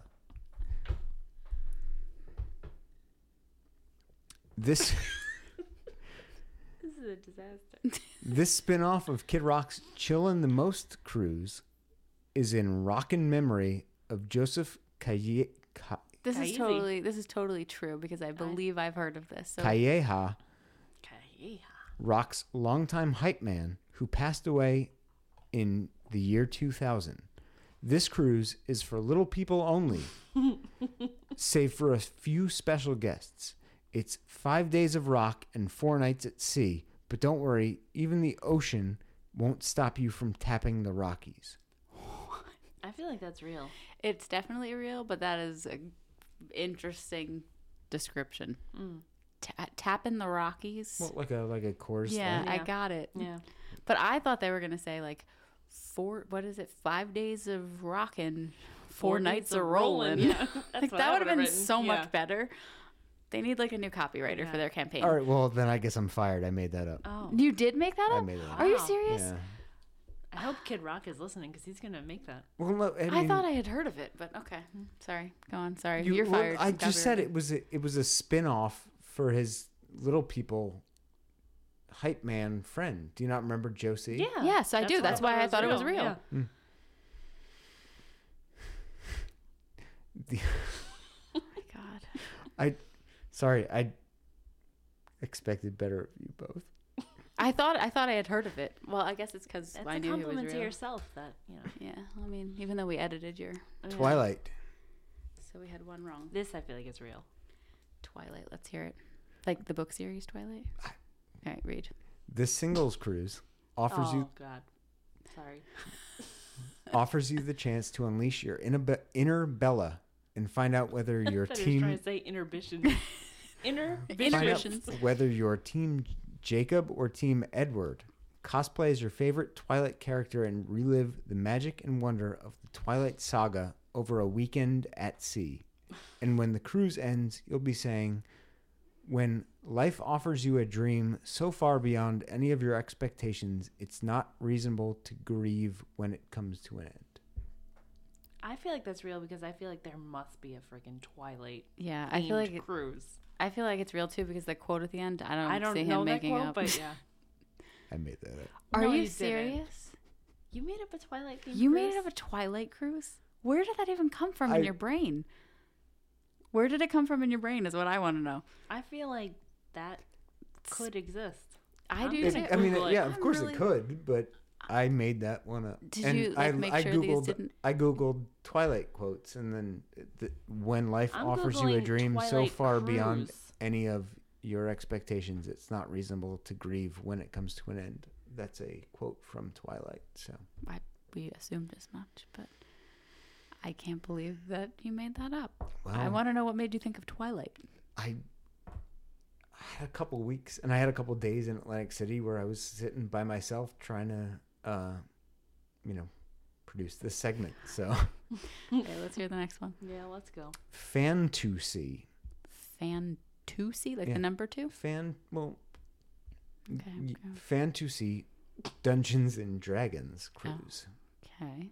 Speaker 1: this
Speaker 2: this is a disaster.
Speaker 1: *laughs* this spin-off of Kid Rock's Chillin' the Most Cruise is in rockin' memory of Joseph Calle, Ca-
Speaker 3: This is
Speaker 2: Kaezy.
Speaker 3: totally this is totally true because I believe I've heard of this. So
Speaker 1: Calleja,
Speaker 2: *laughs* Okay.
Speaker 1: Rock's longtime hype man, who passed away in the year 2000. This cruise is for little people only, save for a few special guests. It's five days of rock and four nights at sea, but don't worry, even the ocean won't stop you from tapping the Rockies.
Speaker 2: I feel like that's real.
Speaker 3: It's definitely real, but that is an interesting description.
Speaker 2: Mm.
Speaker 3: Ta- tapping the Rockies.
Speaker 1: Well, like a like a course.
Speaker 3: yeah, I
Speaker 2: Yeah.
Speaker 3: got it.
Speaker 2: Yeah.
Speaker 3: But I thought they were gonna say like four. What is it? Five days of rocking, four, nights of rolling.
Speaker 2: *laughs* Yeah.
Speaker 3: like that would have been so much better. They need like a new copywriter
Speaker 2: Yeah.
Speaker 3: for their campaign.
Speaker 1: All right. Well, then I guess I'm fired. I made that up.
Speaker 2: Oh,
Speaker 3: You did make that
Speaker 1: I
Speaker 3: up.
Speaker 1: made it up.
Speaker 3: Are you
Speaker 2: Wow.
Speaker 3: serious?
Speaker 1: Yeah.
Speaker 2: I hope Kid Rock is listening because he's gonna make that.
Speaker 1: Well, no, I, mean,
Speaker 3: I thought I had heard of it, but okay. Sorry. Go on. Sorry.
Speaker 1: you-
Speaker 3: You, are
Speaker 1: well,
Speaker 3: fired.
Speaker 1: I
Speaker 3: from
Speaker 1: just said
Speaker 3: copywriting.
Speaker 1: it was a, it was a spin off for his little people hype man friend. Do you not remember Josie?
Speaker 3: Yes, I do.
Speaker 2: what
Speaker 3: That's why I thought it was real.
Speaker 2: Yeah.
Speaker 3: Oh my God.
Speaker 1: Sorry, I expected better of you both.
Speaker 3: I thought I thought I had heard of it. Well, I guess it's because
Speaker 2: That's
Speaker 3: I
Speaker 2: a
Speaker 3: knew it was
Speaker 2: compliment
Speaker 3: real.
Speaker 2: to yourself. That you know.
Speaker 3: Yeah. I mean, even though we edited your,
Speaker 2: Yeah.
Speaker 1: *laughs* Twilight.
Speaker 3: so we had one wrong.
Speaker 2: This I feel like is real.
Speaker 3: Twilight. Let's hear it. Like the book series Twilight. All right, read.
Speaker 1: This singles cruise offers
Speaker 2: oh
Speaker 1: you
Speaker 2: God.
Speaker 1: *laughs*
Speaker 2: Sorry. *laughs*
Speaker 1: offers you the chance to unleash your inner, Be- inner Bella and find out whether your
Speaker 2: *laughs* I thought he was
Speaker 1: team
Speaker 2: trying to say *laughs* inhibition. Inhibition.
Speaker 1: Find out
Speaker 3: Inhibitions.
Speaker 1: whether you're Team Jacob or Team Edward. Cosplay as your favorite Twilight character and relive the magic and wonder of the Twilight saga over a weekend at sea. And when the cruise ends, you'll be saying, When life offers you a dream so far beyond any of your expectations, it's not reasonable to grieve when it comes to an end.
Speaker 2: I feel like that's real because I feel like there must be a freaking Twilight.
Speaker 3: Yeah, I feel like it,
Speaker 2: cruise.
Speaker 3: I feel like it's real too because the quote at the end. I don't,
Speaker 2: I don't
Speaker 3: see
Speaker 2: know
Speaker 3: him
Speaker 2: that
Speaker 3: making
Speaker 2: quote,
Speaker 3: up. *laughs*
Speaker 2: *laughs* but yeah.
Speaker 1: I made that up.
Speaker 3: Are
Speaker 2: No,
Speaker 3: you,
Speaker 2: you didn't.
Speaker 3: serious?
Speaker 2: You made up a Twilight theme.
Speaker 3: You made it up a Twilight cruise. Where did that even come from
Speaker 1: I-
Speaker 3: in your brain? Where did it come from in your brain is what I want to know.
Speaker 2: I feel like that could exist.
Speaker 3: I
Speaker 2: I'm
Speaker 3: do.
Speaker 2: gonna
Speaker 3: too.
Speaker 1: I mean,
Speaker 2: Google it.
Speaker 1: yeah, of
Speaker 3: I'm
Speaker 1: course
Speaker 3: really-
Speaker 1: it could, but I made that one up.
Speaker 3: Did you, like, make sure these
Speaker 1: googled,
Speaker 3: didn't-
Speaker 1: I googled Twilight quotes, and then the, when life
Speaker 2: I'm
Speaker 1: offers you a
Speaker 2: Googling
Speaker 1: dream so
Speaker 2: Twilight
Speaker 1: far beyond
Speaker 2: cruise.
Speaker 1: any of your expectations, it's not reasonable to grieve when it comes to an end. That's a quote from Twilight. So
Speaker 3: I, we assumed as much, but I can't believe that you made that up. I
Speaker 1: Well-
Speaker 3: want to know what made you think of Twilight.
Speaker 1: I I had a couple weeks, and I had a couple days in Atlantic City where I was sitting by myself trying to, uh, you know, produce this segment. So
Speaker 3: okay, let's hear the next one.
Speaker 2: Yeah, let's go.
Speaker 1: fan to see.
Speaker 3: Fantusi, like
Speaker 1: Yeah.
Speaker 3: the number two.
Speaker 1: fan well
Speaker 3: Okay.
Speaker 1: y- fan to see dungeons and dragons
Speaker 3: Oh.
Speaker 1: cruise
Speaker 3: Okay.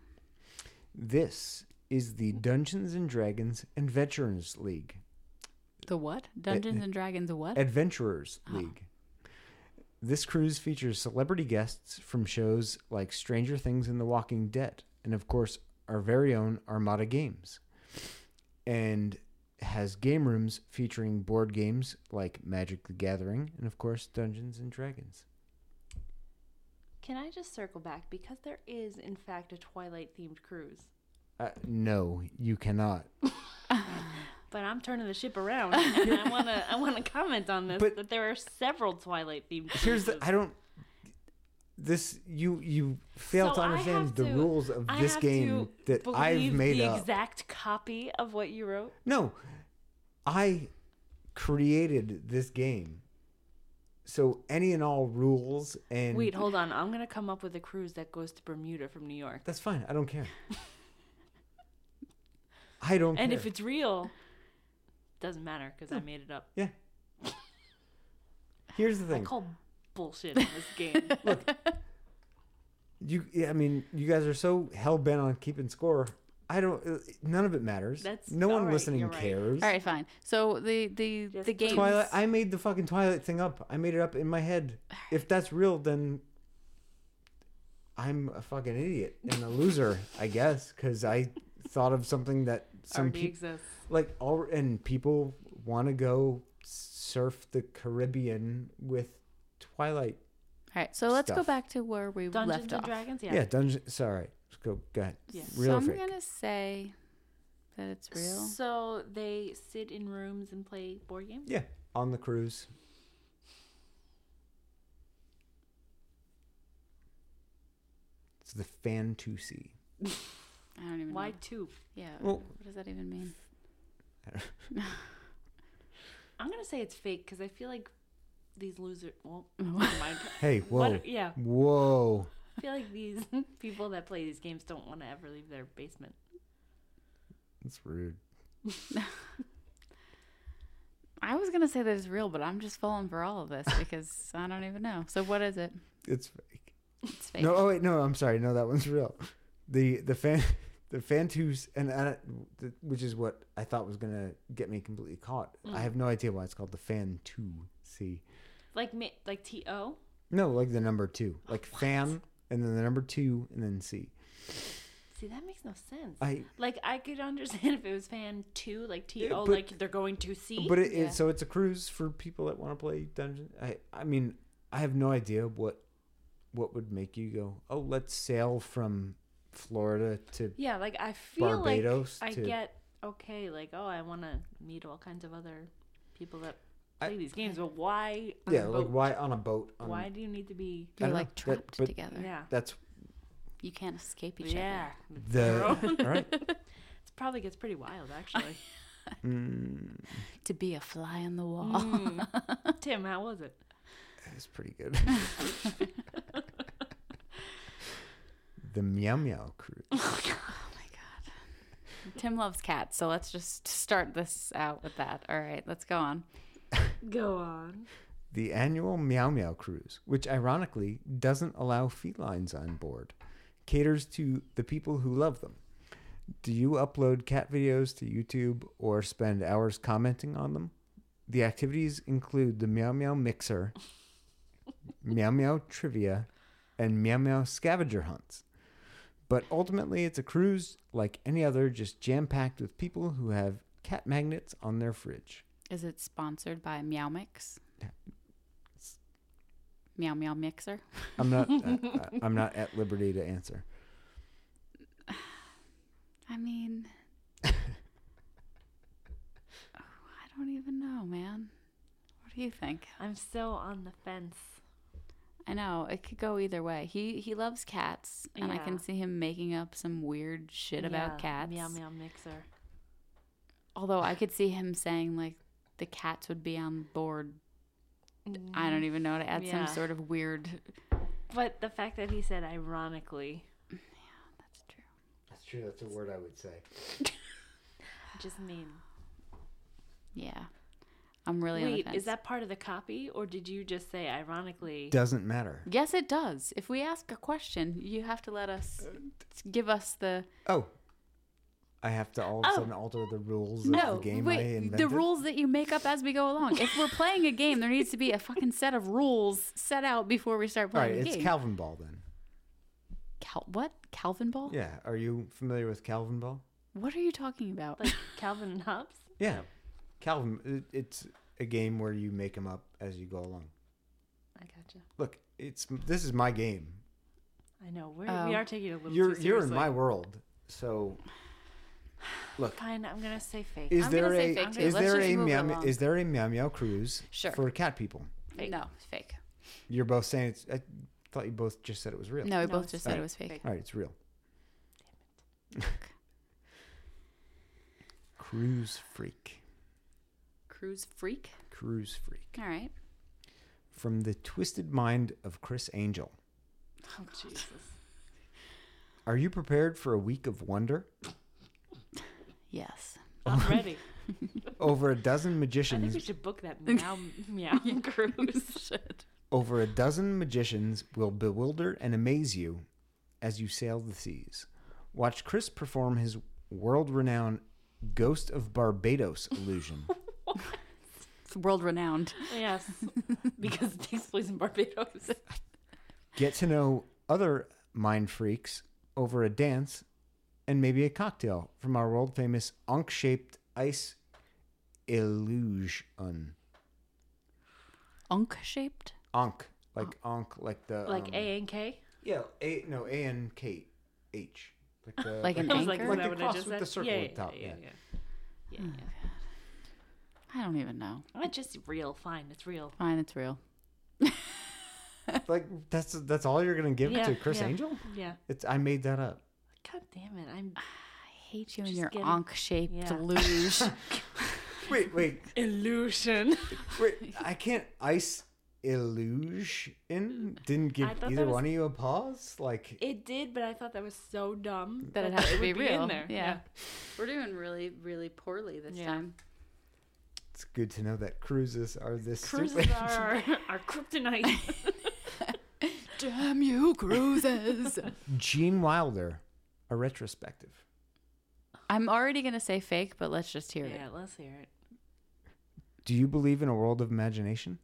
Speaker 1: this is the
Speaker 3: Mm.
Speaker 1: dungeons and dragons and veterans league
Speaker 3: The what? Dungeons and Dragons. What?
Speaker 1: adventurers
Speaker 2: Uh-huh.
Speaker 1: league this cruise features celebrity guests from shows like stranger things and the walking dead and of course our very own armada games and has game rooms featuring board games like magic the gathering and of course dungeons and dragons
Speaker 2: Can I just circle back because there is in fact a Twilight themed cruise,
Speaker 1: uh, no you cannot
Speaker 2: but I'm turning the ship around.
Speaker 1: *laughs*
Speaker 2: and I wanna I wanna comment on this
Speaker 1: But-
Speaker 2: that there are several Twilight themed.
Speaker 1: here's the I don't this you you fail to
Speaker 2: So I
Speaker 1: understand
Speaker 2: have
Speaker 1: the
Speaker 2: to-
Speaker 1: rules of this game that I've made
Speaker 2: the
Speaker 1: up.
Speaker 2: exact copy of what you wrote.
Speaker 1: no, I created this game. So any and all rules and
Speaker 2: Wait, hold on. I'm gonna come up with a cruise that goes to Bermuda from New York.
Speaker 1: that's fine. I don't care. *laughs* I don't
Speaker 2: And
Speaker 1: care.
Speaker 2: if it's real, doesn't matter because I made it up.
Speaker 1: yeah. Here's the
Speaker 2: I
Speaker 1: thing.
Speaker 2: call bullshit on this
Speaker 1: *laughs*
Speaker 2: game.
Speaker 1: You yeah, I mean, you guys are so hell bent on keeping score. I don't uh, none of it matters.
Speaker 2: That's-
Speaker 1: no one
Speaker 2: all right,
Speaker 1: listening
Speaker 2: you're right.
Speaker 1: cares.
Speaker 3: All right, fine. So the the
Speaker 2: Yes,
Speaker 3: the
Speaker 2: please.
Speaker 3: games.
Speaker 1: Twilight. I made the fucking Twilight thing up. I made it up in my head. If that's real, then I'm a fucking idiot and a loser, I guess, because I thought of something that some
Speaker 2: already
Speaker 1: people
Speaker 2: exists.
Speaker 1: like all and people want to go surf the Caribbean with Twilight
Speaker 3: All right, so let's go
Speaker 1: Stuff.
Speaker 3: back to where we
Speaker 2: Dungeons
Speaker 3: left
Speaker 2: and
Speaker 3: off.
Speaker 2: Dragons.
Speaker 1: Yeah,
Speaker 2: Yeah.
Speaker 1: Dungeons. dungeon. Sorry, let's go. Go ahead.
Speaker 2: Yeah.
Speaker 1: Real
Speaker 3: so
Speaker 1: or
Speaker 3: I'm
Speaker 1: fake?
Speaker 3: gonna say that it's real.
Speaker 2: So they sit in rooms and play board games.
Speaker 1: Yeah, on the cruise. It's the Fantasy.
Speaker 3: I don't even
Speaker 2: Why
Speaker 3: know.
Speaker 2: two?
Speaker 3: Yeah.
Speaker 1: Well-
Speaker 3: what does that even mean? *laughs*
Speaker 2: I'm gonna say it's fake because I feel like these losers. Well, *laughs*
Speaker 3: Oh.
Speaker 2: never mind.
Speaker 1: Hey, whoa,
Speaker 2: What- yeah,
Speaker 1: whoa!
Speaker 2: I feel like these *laughs* people that play these games don't want to ever leave their basement.
Speaker 1: That's rude.
Speaker 3: I was gonna say that it's real, but I'm just falling for all of *laughs* this because I don't even know. So what is it?
Speaker 1: It's fake.
Speaker 3: It's fake.
Speaker 1: No, oh wait, no. I'm sorry. No, that one's real. The the fan *laughs* the Fantus and I, the- which is what I thought was gonna get me completely caught.
Speaker 3: Mm.
Speaker 1: I have no idea why it's called the Fan Two C.
Speaker 2: Like ma- like T O.
Speaker 1: No, like the number two, like fan, and then the number two, and then C.
Speaker 2: See, that makes no sense.
Speaker 1: I
Speaker 2: like I could understand *laughs* if it was fan two, like T O,
Speaker 1: but-
Speaker 2: like they're going to see.
Speaker 1: But it,
Speaker 3: Yeah.
Speaker 1: it so it's a cruise for people that want to play dungeon. I I mean I have no idea what what would make you go. Oh, let's sail from Florida to
Speaker 2: yeah, like I feel
Speaker 1: Barbados
Speaker 2: like I
Speaker 1: to-
Speaker 2: get okay, like oh, I want to meet all kinds of other people that
Speaker 1: I-
Speaker 2: play these games, but why? on
Speaker 1: yeah,
Speaker 2: a
Speaker 1: like
Speaker 2: boat?
Speaker 1: why on a boat? On,
Speaker 2: Why do you need to be?
Speaker 3: You're
Speaker 1: don't
Speaker 3: like
Speaker 1: know, that-
Speaker 3: trapped
Speaker 1: but-
Speaker 3: together.
Speaker 2: Yeah, *laughs*
Speaker 1: That's
Speaker 3: You can't escape each
Speaker 2: yeah.
Speaker 1: the all right.
Speaker 2: *laughs* It probably gets pretty wild, actually.
Speaker 1: Mm,
Speaker 3: other. To be a fly on the wall.
Speaker 2: Mm. Tim, how was it?
Speaker 1: that's pretty good.
Speaker 2: *laughs*
Speaker 1: the meow meow cruise.
Speaker 3: Tim loves cats, so let's just start this out with that. All right, let's go on.
Speaker 2: Go on.
Speaker 1: The annual Meow Meow Cruise, which ironically doesn't allow felines on board, caters to the people who love them. Do you upload cat videos to YouTube or spend hours commenting on them? The activities include the Meow Meow Mixer, Meow Meow Trivia, and Meow Meow Scavenger Hunts. But ultimately, it's a cruise like any other, just jam packed with people who have cat magnets on their fridge.
Speaker 3: Is it sponsored by Meow Mix?
Speaker 1: Yeah.
Speaker 3: Meow Meow Mixer.
Speaker 1: I'm not. I, I- I'm not at liberty to answer.
Speaker 3: I mean, Oh, I don't even know, man. What do you think?
Speaker 2: I'm so on the fence.
Speaker 3: I know it could go either way. He he loves cats, and I can
Speaker 2: Yeah.
Speaker 3: see him making up some weird shit
Speaker 2: Yeah,
Speaker 3: about cats.
Speaker 2: Meow meow mixer.
Speaker 3: Although I could see him saying like the cats would be on board. I don't even know to add
Speaker 2: Mm-hmm. Yeah.
Speaker 3: some sort of weird.
Speaker 2: But the fact that he said ironically
Speaker 3: That's true.
Speaker 1: That's true. That's a word I would say.
Speaker 2: just mean.
Speaker 3: Yeah, I'm really on the
Speaker 2: Wait,
Speaker 3: fence.
Speaker 2: is that part of the copy, or did you just say ironically?
Speaker 1: Doesn't matter.
Speaker 3: Yes, it does. If we ask a question, you have to let us give us the
Speaker 1: Oh, I have to all of a
Speaker 3: Oh.
Speaker 1: sudden alter the rules
Speaker 3: no.
Speaker 1: of the game I
Speaker 3: wait,
Speaker 1: invented.
Speaker 3: the rules that you make up as we go along. If we're playing a game, there needs to be a fucking set of rules set out before we start
Speaker 1: All
Speaker 3: playing
Speaker 1: right,
Speaker 3: the
Speaker 1: it's
Speaker 3: game.
Speaker 1: Calvin Ball then.
Speaker 3: Cal- what Calvin Ball?
Speaker 1: Yeah. Are you familiar with Calvin Ball?
Speaker 3: What are you talking about?
Speaker 2: Like Calvin and Hobbes?
Speaker 1: Yeah. Calvin. it- It's a game where you make them up as you go along.
Speaker 2: I gotcha.
Speaker 1: Look, it's this is my game.
Speaker 2: I know we're,
Speaker 3: Oh.
Speaker 2: we are taking it a little.
Speaker 1: You're
Speaker 2: too
Speaker 1: you're in
Speaker 2: seriously.
Speaker 1: my world. So,
Speaker 3: *sighs*
Speaker 1: look,
Speaker 2: Fine, I'm gonna say fake.
Speaker 1: is
Speaker 3: I'm gonna
Speaker 1: there
Speaker 3: say
Speaker 1: a
Speaker 3: fake too.
Speaker 1: is
Speaker 3: Let's
Speaker 1: there
Speaker 3: just
Speaker 1: a
Speaker 3: move
Speaker 1: meow,
Speaker 3: along.
Speaker 1: is there a meow meow cruise
Speaker 3: Sure.
Speaker 1: for cat people?
Speaker 2: Fake.
Speaker 3: No, it's fake.
Speaker 1: You're both saying it's. I thought you both just said it was real.
Speaker 3: No, we
Speaker 2: No,
Speaker 3: both
Speaker 2: it's
Speaker 3: just said
Speaker 1: fake.
Speaker 3: it was fake.
Speaker 2: Fake.
Speaker 1: All right, it's real. *laughs* Cruise freak.
Speaker 3: Cruise freak.
Speaker 1: Cruise freak.
Speaker 3: All right.
Speaker 1: From the twisted mind of Chris Angel.
Speaker 2: Oh Jesus.
Speaker 1: Are you prepared for a week of wonder?
Speaker 3: *laughs* Yes.
Speaker 2: I'm ready.
Speaker 1: Over a dozen
Speaker 2: I think we
Speaker 1: magicians,
Speaker 2: should book that meow meow
Speaker 3: *laughs*
Speaker 2: cruise.
Speaker 1: over a dozen magicians will bewilder and amaze you as you sail the seas. Watch Chris perform his world-renowned Ghost of Barbados illusion.
Speaker 3: It's world renowned.
Speaker 2: yes, *laughs* because it takes place in Barbados. *laughs*
Speaker 1: get to know other mind freaks over a dance and maybe a cocktail from our world famous onk shaped ice illusion.
Speaker 3: Unk shaped.
Speaker 1: Onk, like Ankh, like the
Speaker 2: Like
Speaker 1: um,
Speaker 2: A and K.
Speaker 1: Yeah, A no A N K H. Like the
Speaker 3: Like an
Speaker 2: I was like,
Speaker 3: anchor?
Speaker 1: like
Speaker 2: is that
Speaker 1: the
Speaker 2: what I
Speaker 1: cross
Speaker 2: just
Speaker 1: with
Speaker 2: said?
Speaker 1: the circle
Speaker 2: yeah,
Speaker 1: at the top.
Speaker 2: Yeah, yeah, yeah. yeah. yeah,
Speaker 3: I don't even know.
Speaker 2: yeah. It's just real. Fine, it's real.
Speaker 3: Fine, it's real.
Speaker 1: Like that's that's all you're gonna give
Speaker 2: Yeah,
Speaker 1: to Chris
Speaker 2: yeah.
Speaker 1: Angel?
Speaker 2: Yeah.
Speaker 1: It's I made that up.
Speaker 2: God damn it!
Speaker 3: *sighs*
Speaker 2: I'm
Speaker 3: I hate you and
Speaker 2: Just
Speaker 3: your
Speaker 2: get it.
Speaker 3: onk shaped
Speaker 2: Yeah.
Speaker 3: *laughs* luge.
Speaker 1: Wait, wait,
Speaker 2: illusion.
Speaker 1: wait! I can't ice illusion. Didn't give
Speaker 2: *laughs* I thought
Speaker 1: either
Speaker 2: that was-
Speaker 1: one of you a pause. Like
Speaker 2: *laughs* It did, but I thought that was so dumb
Speaker 3: that it has to
Speaker 2: would
Speaker 3: be real.
Speaker 2: in there.
Speaker 3: Yeah. We're doing really, really poorly this
Speaker 2: Yeah.
Speaker 3: time.
Speaker 1: it's good to know that cruises are this
Speaker 2: Cruises
Speaker 1: *laughs* stupid.
Speaker 2: are are kryptonite.
Speaker 3: Damn you, cruises.
Speaker 1: Gene Wilder, a retrospective.
Speaker 3: I'm already going to say fake, but let's just hear
Speaker 2: *laughs* yeah,
Speaker 3: it.
Speaker 2: let's hear it.
Speaker 1: Do you believe in a world of imagination?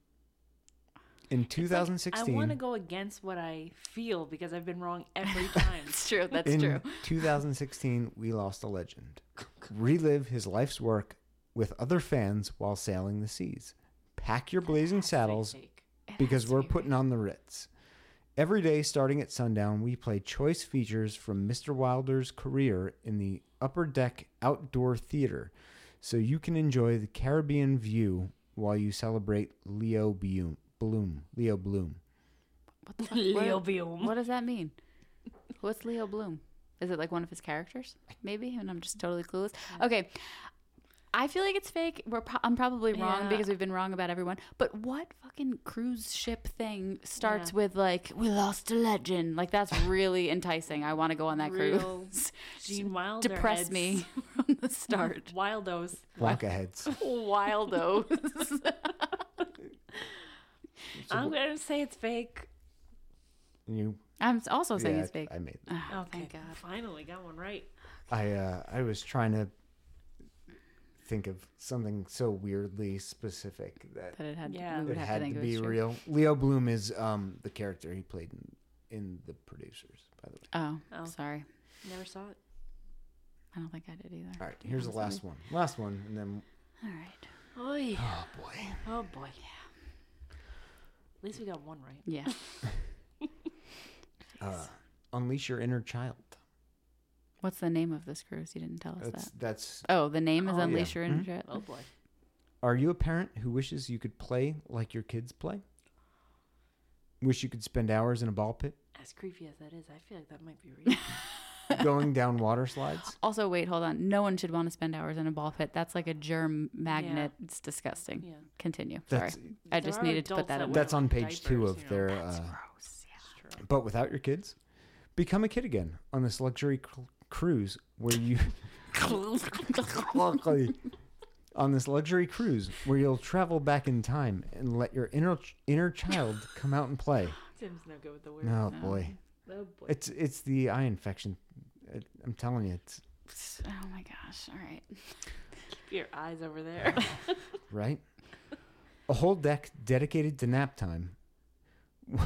Speaker 1: In
Speaker 2: I
Speaker 1: 2016,
Speaker 2: want to go against what I feel because I've been wrong every time.
Speaker 3: It's true. That's
Speaker 1: in
Speaker 3: true.
Speaker 1: 2016, we lost a
Speaker 2: *laughs*
Speaker 1: legend. Relive his life's work with other fans while sailing the seas. Pack your blazing *laughs* saddles
Speaker 3: It has
Speaker 1: because
Speaker 3: to
Speaker 1: we're
Speaker 3: be
Speaker 1: putting on the Ritz. Every day, starting at sundown, we play choice features from Mr. Wilder's career in the Upper Deck Outdoor Theater so you can enjoy the Caribbean view while you celebrate Leo Bu- Bloom. Leo Bloom.
Speaker 3: What the fuck?
Speaker 2: *laughs* Leo
Speaker 3: what,
Speaker 2: Bloom.
Speaker 3: what does that mean? What's Leo Bloom? Is it like one of his characters? Maybe, and I'm just totally clueless. Okay, I feel like it's fake. We're pro- I'm probably wrong
Speaker 2: Yeah.
Speaker 3: because we've been wrong about everyone. But what fucking cruise ship thing starts
Speaker 2: Yeah.
Speaker 3: with like we lost a legend? Like that's really enticing. I want to go on that *laughs*
Speaker 2: Real
Speaker 3: cruise.
Speaker 2: Gene Wilder
Speaker 3: Depress *laughs*
Speaker 2: heads.
Speaker 3: me from the start.
Speaker 2: Wildos.
Speaker 3: *laughs*
Speaker 1: Wackaheads.
Speaker 3: Wildos.
Speaker 2: I'm gonna say it's fake.
Speaker 1: You,
Speaker 3: *laughs* I'm also saying
Speaker 1: yeah,
Speaker 3: it's fake.
Speaker 1: I made that.
Speaker 3: Ah,
Speaker 2: Okay,
Speaker 3: Thank God.
Speaker 2: finally got one right.
Speaker 1: I uh, I was trying to think of something so weirdly specific that
Speaker 3: That it had.
Speaker 2: Yeah.
Speaker 3: Yeah. We would
Speaker 1: it
Speaker 3: have
Speaker 1: had
Speaker 3: to,
Speaker 1: to,
Speaker 3: think it was
Speaker 1: be
Speaker 3: true.
Speaker 1: real. Leo Bloom is um, the character he played in, in the producers. By the way,
Speaker 3: Oh,
Speaker 2: Oh.
Speaker 3: sorry.
Speaker 2: Never saw it.
Speaker 3: I don't think I did either.
Speaker 1: all right, here's the last one. Last one, and then
Speaker 3: All right. *sighs*
Speaker 2: Oy.
Speaker 1: oh boy,
Speaker 2: Oh boy. Yeah. At least we got one right.
Speaker 3: Yeah.
Speaker 1: uh, unleash your inner child.
Speaker 3: What's the name of this cruise? You didn't tell us
Speaker 1: That's
Speaker 3: that.
Speaker 1: that's.
Speaker 3: Oh, the name is
Speaker 2: Oh, yeah.
Speaker 3: Unleash Your Inner
Speaker 1: Mhm.
Speaker 3: Child.
Speaker 2: Oh boy.
Speaker 1: Are you a parent who wishes you could play like your kids play? Wish you could spend hours in a ball
Speaker 3: *laughs*
Speaker 1: pit,
Speaker 2: As creepy as that is, I feel like that might be real.
Speaker 1: going down water slides.
Speaker 3: Also, wait, hold on. No one should want to spend hours in a ball pit. That's like a germ magnet. It's disgusting.
Speaker 2: yeah.
Speaker 3: Continue. Sorry.
Speaker 1: That's
Speaker 3: I
Speaker 2: There
Speaker 3: just
Speaker 2: are
Speaker 3: needed to put
Speaker 2: adults
Speaker 3: that
Speaker 2: that
Speaker 3: in.
Speaker 2: would-
Speaker 1: that's on page two
Speaker 2: Diapers,
Speaker 1: of
Speaker 2: you know,
Speaker 1: their.
Speaker 3: That's
Speaker 1: uh,
Speaker 3: gross. Yeah.
Speaker 2: It's true.
Speaker 1: But without your kids, become a kid again on this luxury cr- cruise where you on this luxury cruise where you'll travel back in time and let your inner inner child come out and play.
Speaker 2: Tim's no good with the words.
Speaker 1: Oh
Speaker 3: No.
Speaker 1: boy,
Speaker 2: Oh boy.
Speaker 1: it's it's the eye infection. It- I'm telling you, it's
Speaker 3: *laughs* Oh my gosh. All right.
Speaker 2: Oh. Keep your eyes over there.
Speaker 1: right? A whole deck dedicated to nap time, *laughs*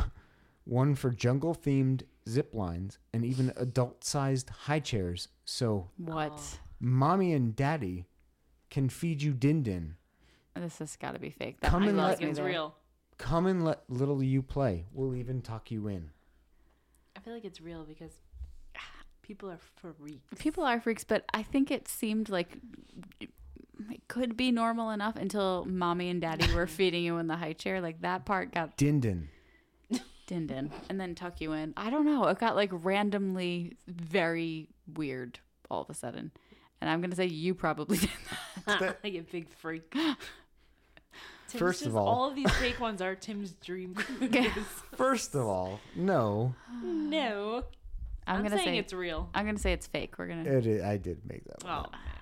Speaker 1: one for jungle themed zip lines, and even adult sized high chairs so
Speaker 3: *laughs* What?
Speaker 2: Oh,
Speaker 1: mommy and daddy can feed you din din.
Speaker 3: This has got to be fake. That
Speaker 1: Come
Speaker 3: one
Speaker 1: and
Speaker 3: lost
Speaker 1: let-
Speaker 2: like
Speaker 3: me
Speaker 2: it's
Speaker 3: there.
Speaker 2: real.
Speaker 1: Come and let little you play. We'll even tuck you in.
Speaker 2: I feel like it's real because ah, people are freaks.
Speaker 3: People are freaks, but I think it seemed like it could be normal enough until mommy and daddy
Speaker 2: *laughs*
Speaker 3: were feeding you in the high chair. Like that part got
Speaker 1: Din din.
Speaker 3: din din and then tuck you in i don't know it got like randomly very weird all of a sudden and i'm gonna say you probably *laughs* did
Speaker 2: *laughs* like a big freak. Tim's
Speaker 1: First of
Speaker 2: just-
Speaker 1: all-
Speaker 2: all of these fake ones are Tim's dream cookies.
Speaker 1: First of all, no,
Speaker 2: no,
Speaker 3: i'm,
Speaker 2: I'm,
Speaker 3: gonna
Speaker 2: saying
Speaker 3: say
Speaker 2: it's real.
Speaker 3: i'm gonna say it's fake we're gonna
Speaker 1: it i I did make that one.
Speaker 2: Oh
Speaker 1: up.
Speaker 2: man,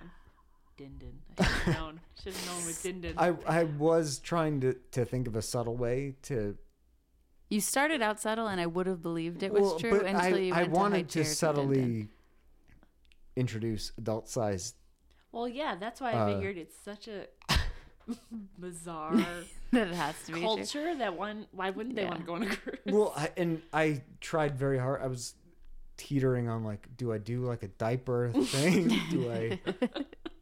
Speaker 2: Dindin. I should have known. Should have known with Dindin.
Speaker 1: I, I was trying to, to think of a subtle way to.
Speaker 3: you started out subtle and i would have believed it was
Speaker 1: Well,
Speaker 3: true
Speaker 1: but
Speaker 3: until
Speaker 1: I,
Speaker 3: you
Speaker 1: I
Speaker 3: went to, high
Speaker 1: wanted to,
Speaker 3: chairs and din-din.
Speaker 1: subtly introduce adult sized.
Speaker 2: well, yeah, that's why I
Speaker 1: Uh,
Speaker 2: figured it's such a *laughs* bizarre
Speaker 3: *laughs* that it has to be true.
Speaker 2: culture that one. Why wouldn't they
Speaker 3: Yeah.
Speaker 2: want to go on a *laughs* cruise?
Speaker 1: Well, I, and I tried very hard. I was teetering on like, do I do like a diaper thing? do I?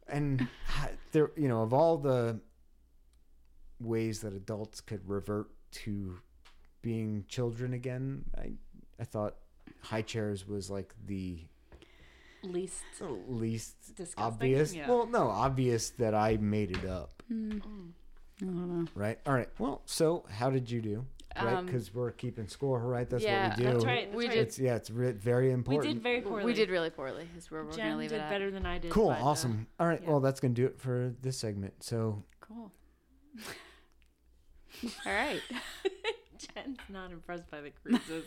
Speaker 1: And ha- there, you know, of all the ways that adults could revert to being children again, I I thought high chairs was like the
Speaker 2: Least.
Speaker 1: least
Speaker 2: Disgusting?
Speaker 1: obvious.
Speaker 2: Yeah.
Speaker 1: Well, no, obvious that I made it up,
Speaker 3: Hmm.
Speaker 2: Mm.
Speaker 3: I don't know.
Speaker 1: right? All right. Well, so how did you do? Right,
Speaker 3: Um,
Speaker 1: because we're keeping score, right? That's
Speaker 3: yeah,
Speaker 1: what we do.
Speaker 2: That's right. That's
Speaker 3: We
Speaker 2: right.
Speaker 3: did-
Speaker 1: It's yeah, it's re- very
Speaker 2: we
Speaker 1: important.
Speaker 2: did very poorly.
Speaker 3: We did really poorly. Is where we're
Speaker 2: Jen
Speaker 3: gonna leave
Speaker 2: did
Speaker 3: it at.
Speaker 2: better than I did.
Speaker 1: Cool,
Speaker 2: but, uh,
Speaker 1: awesome. All right,
Speaker 2: yeah.
Speaker 1: well, that's gonna do it for this segment. So
Speaker 3: Cool. *laughs* All right.
Speaker 2: *laughs* Jen's not impressed by the cruises.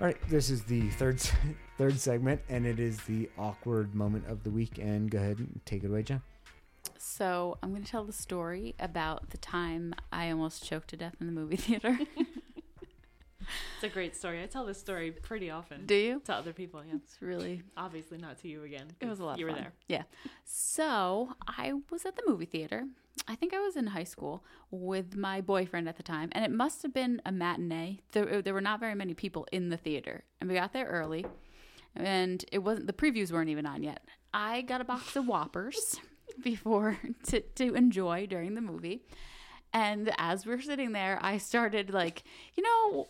Speaker 1: All right, this is the third se- *laughs* third segment, and it is the awkward moment of the week. And go ahead and take it away, Jen.
Speaker 3: So I'm gonna tell the story about the time I almost choked to death in the movie theater.
Speaker 2: it's a great story. I tell this story pretty often
Speaker 3: do you?
Speaker 2: to other people. Yeah,
Speaker 3: It's really
Speaker 2: obviously not to you again.
Speaker 3: It was a
Speaker 2: 'cause
Speaker 3: lot.
Speaker 2: You
Speaker 3: of
Speaker 2: were
Speaker 3: fun.
Speaker 2: there.
Speaker 3: Yeah. So I was at the movie theater. I think I was in high school with my boyfriend at the time, and it must have been a matinee. There, there were not very many people in the theater, and we got there early, and it wasn't. The previews weren't even on yet. I got a box of Whoppers *laughs* before to, to enjoy during the movie. And as we we're sitting there, I started like, you know,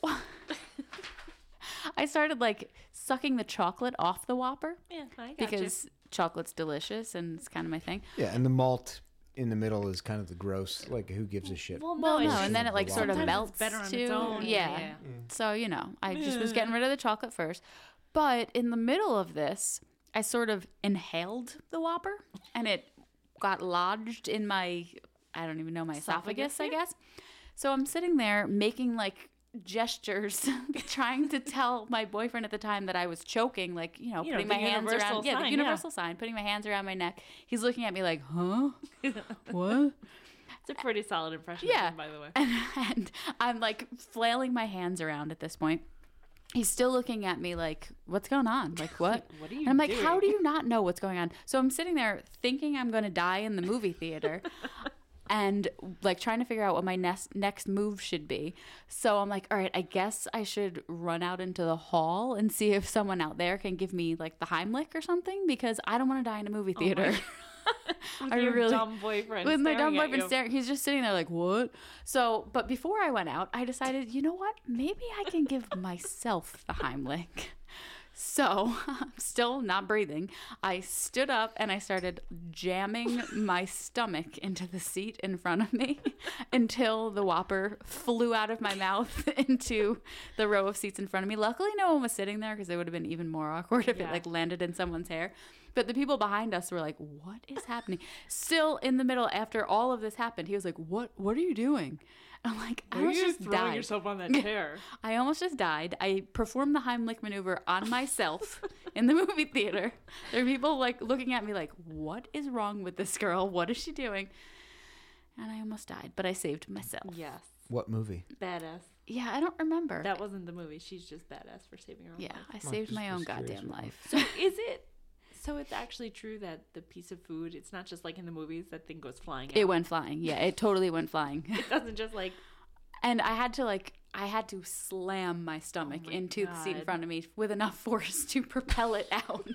Speaker 3: *laughs* I started like sucking the chocolate off the Whopper
Speaker 2: Yeah, I got
Speaker 3: because chocolate's delicious and it's kind of my thing.
Speaker 1: Yeah, and the malt in the middle is kind of the gross. Like, who gives a shit?
Speaker 2: you. Well,
Speaker 3: Well,
Speaker 2: it's
Speaker 3: no,
Speaker 2: just-
Speaker 3: and then it like sort of
Speaker 2: Sometimes
Speaker 3: melts
Speaker 2: it's Mm. better on its
Speaker 3: too.
Speaker 2: own.
Speaker 3: Yeah.
Speaker 2: Yeah.
Speaker 3: So you know, I just was getting rid of the chocolate first, but in the middle of this, I sort of inhaled the Whopper, and it got lodged in my I don't even know my esophagus.
Speaker 2: Esophagus,
Speaker 3: I guess. So I'm sitting there making like gestures, *laughs* trying to tell my boyfriend at the time that I was choking, like you know,
Speaker 2: You know,
Speaker 3: putting
Speaker 2: the
Speaker 3: my hands
Speaker 2: universal
Speaker 3: around yeah,
Speaker 2: sign,
Speaker 3: the
Speaker 2: yeah.
Speaker 3: universal sign, putting my hands around my neck. He's looking at me like, huh,
Speaker 2: *laughs*
Speaker 3: what?
Speaker 2: it's a pretty solid impression.
Speaker 3: Yeah.
Speaker 2: Yeah, by the way.
Speaker 3: *laughs* and I'm like flailing my hands around at this point. He's still looking at me like, "What's going on? Like what?"
Speaker 2: *laughs* What are you
Speaker 3: and I'm like, "How
Speaker 2: doing?"
Speaker 3: do you not know what's going on?" So I'm sitting there thinking I'm going to die in the movie
Speaker 2: *laughs*
Speaker 3: theater. And like trying to figure out what my next next move should be, so I'm like, all right, I guess I should run out into the hall and see if someone out there can give me like the Heimlich or something because I don't want to die in a
Speaker 2: Oh
Speaker 3: movie theater.
Speaker 2: *laughs* With
Speaker 3: I
Speaker 2: your
Speaker 3: really-
Speaker 2: dumb boyfriend.
Speaker 3: With my
Speaker 2: staring
Speaker 3: dumb
Speaker 2: at
Speaker 3: boyfriend
Speaker 2: you.
Speaker 3: staring, he's just sitting there like, "What?" So, but before I went out, I decided, you know what? Maybe I can give myself the Heimlich. So, *laughs* I'm still not breathing. I stood up and I started jamming my stomach into the seat in front of me *laughs* until the Whopper flew out of my mouth *laughs* into the row of seats in front of me. Luckily, no one was sitting there because it would have been even more awkward if it
Speaker 2: Yeah.
Speaker 3: like landed in someone's hair. But the people behind us were like, "What is happening?" Still in the middle after all of this happened, he was like, "What? What are you doing?" I'm like, "I
Speaker 2: Why are
Speaker 3: almost
Speaker 2: you
Speaker 3: just
Speaker 2: throwing
Speaker 3: died. *laughs*
Speaker 2: yourself on that chair?
Speaker 3: I almost just died. I performed the Heimlich maneuver on myself in the movie theater. There were people like looking at me like, "What is wrong with this girl? What is she doing?" And I almost died, but I saved myself.
Speaker 2: yes,
Speaker 1: What movie?
Speaker 2: badass.
Speaker 3: Yeah, I don't remember.
Speaker 2: That wasn't the movie. She's just badass for saving her own
Speaker 3: yeah,
Speaker 2: life.
Speaker 3: I saved
Speaker 1: just
Speaker 3: my own
Speaker 1: was curious
Speaker 3: goddamn
Speaker 1: about
Speaker 3: life.
Speaker 2: So is it? So it's actually true that the piece of food, it's not just like in the movies that thing goes flying.
Speaker 3: It
Speaker 2: out.
Speaker 3: went flying. Yeah, it totally went flying. *laughs*
Speaker 2: It doesn't just like
Speaker 3: And I had to like I had to slam my stomach
Speaker 2: Oh my
Speaker 3: into the seat in
Speaker 2: God.
Speaker 3: front of me with enough force to *laughs* propel it
Speaker 2: *laughs*
Speaker 3: out.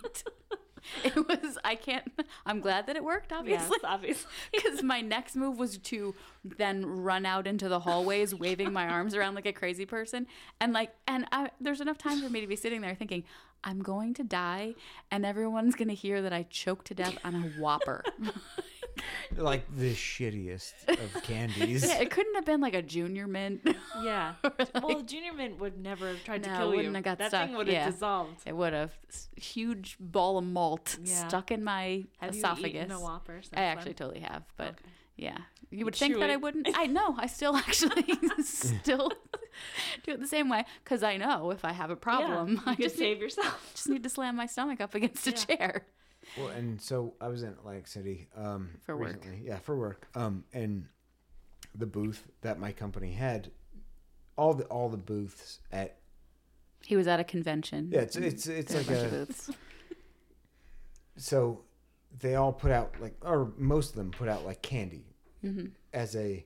Speaker 3: it was I can't I'm glad that it worked
Speaker 2: yes,
Speaker 3: obviously
Speaker 2: obviously.
Speaker 3: *laughs* because my next move was to then run out into the hallways waving my arms around like a crazy person and like and I, there's enough time for me to be sitting there thinking I'm going to die and everyone's going to hear that I choked to death on a
Speaker 2: *laughs*
Speaker 3: whopper.
Speaker 1: Like the shittiest
Speaker 3: *laughs*
Speaker 1: of candies.
Speaker 3: yeah, it couldn't have been like a junior mint.
Speaker 2: Yeah. Well, Junior Mint would never have tried
Speaker 3: No,
Speaker 2: to kill
Speaker 3: wouldn't
Speaker 2: you.
Speaker 3: have got
Speaker 2: that
Speaker 3: stuck,
Speaker 2: thing would
Speaker 3: yeah.
Speaker 2: have dissolved.
Speaker 3: It would have S- huge ball of malt
Speaker 2: Yeah.
Speaker 3: stuck in my
Speaker 2: Have
Speaker 3: esophagus.
Speaker 2: you eaten a Whopper? since
Speaker 3: I actually
Speaker 2: then?
Speaker 3: totally have, but
Speaker 2: Okay.
Speaker 3: yeah, you would think
Speaker 2: chew
Speaker 3: that I
Speaker 2: it.
Speaker 3: wouldn't. *laughs* I know I still
Speaker 2: *laughs*
Speaker 3: actually *laughs* still *laughs* do it the same way because I know if I have a problem,
Speaker 2: *laughs*
Speaker 3: I
Speaker 2: Yeah, you could
Speaker 3: just need,
Speaker 2: save *laughs* yourself.
Speaker 3: just need to slam my stomach up against a
Speaker 2: Yeah.
Speaker 3: chair.
Speaker 1: Well, and so I was in Atlantic City um,
Speaker 3: For work.
Speaker 1: recently. Yeah, for work. Um, and the booth that my company had, all the all the booths at
Speaker 3: He was at a convention.
Speaker 1: yeah, it's it's it's
Speaker 3: There were
Speaker 1: like
Speaker 3: a bunch of
Speaker 1: a
Speaker 3: booths.
Speaker 1: so they all put out like or most of them put out like candy as a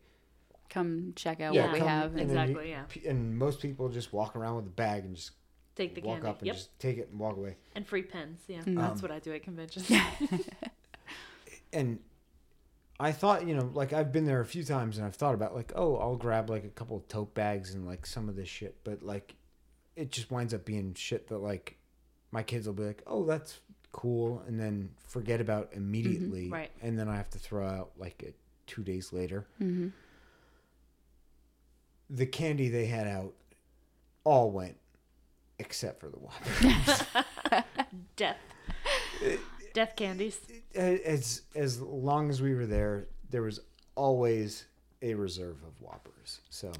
Speaker 3: come check out
Speaker 2: Yeah,
Speaker 3: what Mm-hmm. we
Speaker 1: come-
Speaker 3: have.
Speaker 1: and
Speaker 3: And,
Speaker 1: then you-
Speaker 2: Exactly, yeah.
Speaker 1: p- And most people just walk around with a bag and just
Speaker 2: Take the
Speaker 1: walk
Speaker 2: candy.
Speaker 1: up and
Speaker 2: Yep.
Speaker 1: just take it and walk away.
Speaker 2: And free pens. Yeah.
Speaker 3: Mm.
Speaker 2: That's
Speaker 1: Um,
Speaker 2: what I do at conventions.
Speaker 1: and I thought, you know, like I've been there a few times and I've thought about like, oh, I'll grab like a couple of tote bags and like some of this shit, but like it just winds up being shit that like my kids will be like, "Oh, that's cool," and then forget about immediately.
Speaker 2: Right.
Speaker 1: And then I have to throw out like it 2 days later.
Speaker 3: hmm
Speaker 1: The candy they had out all went except for the whopper.
Speaker 2: *laughs*
Speaker 1: *laughs*
Speaker 2: Death. Death candies.
Speaker 1: as as long as we were there, there was always a reserve of whoppers. So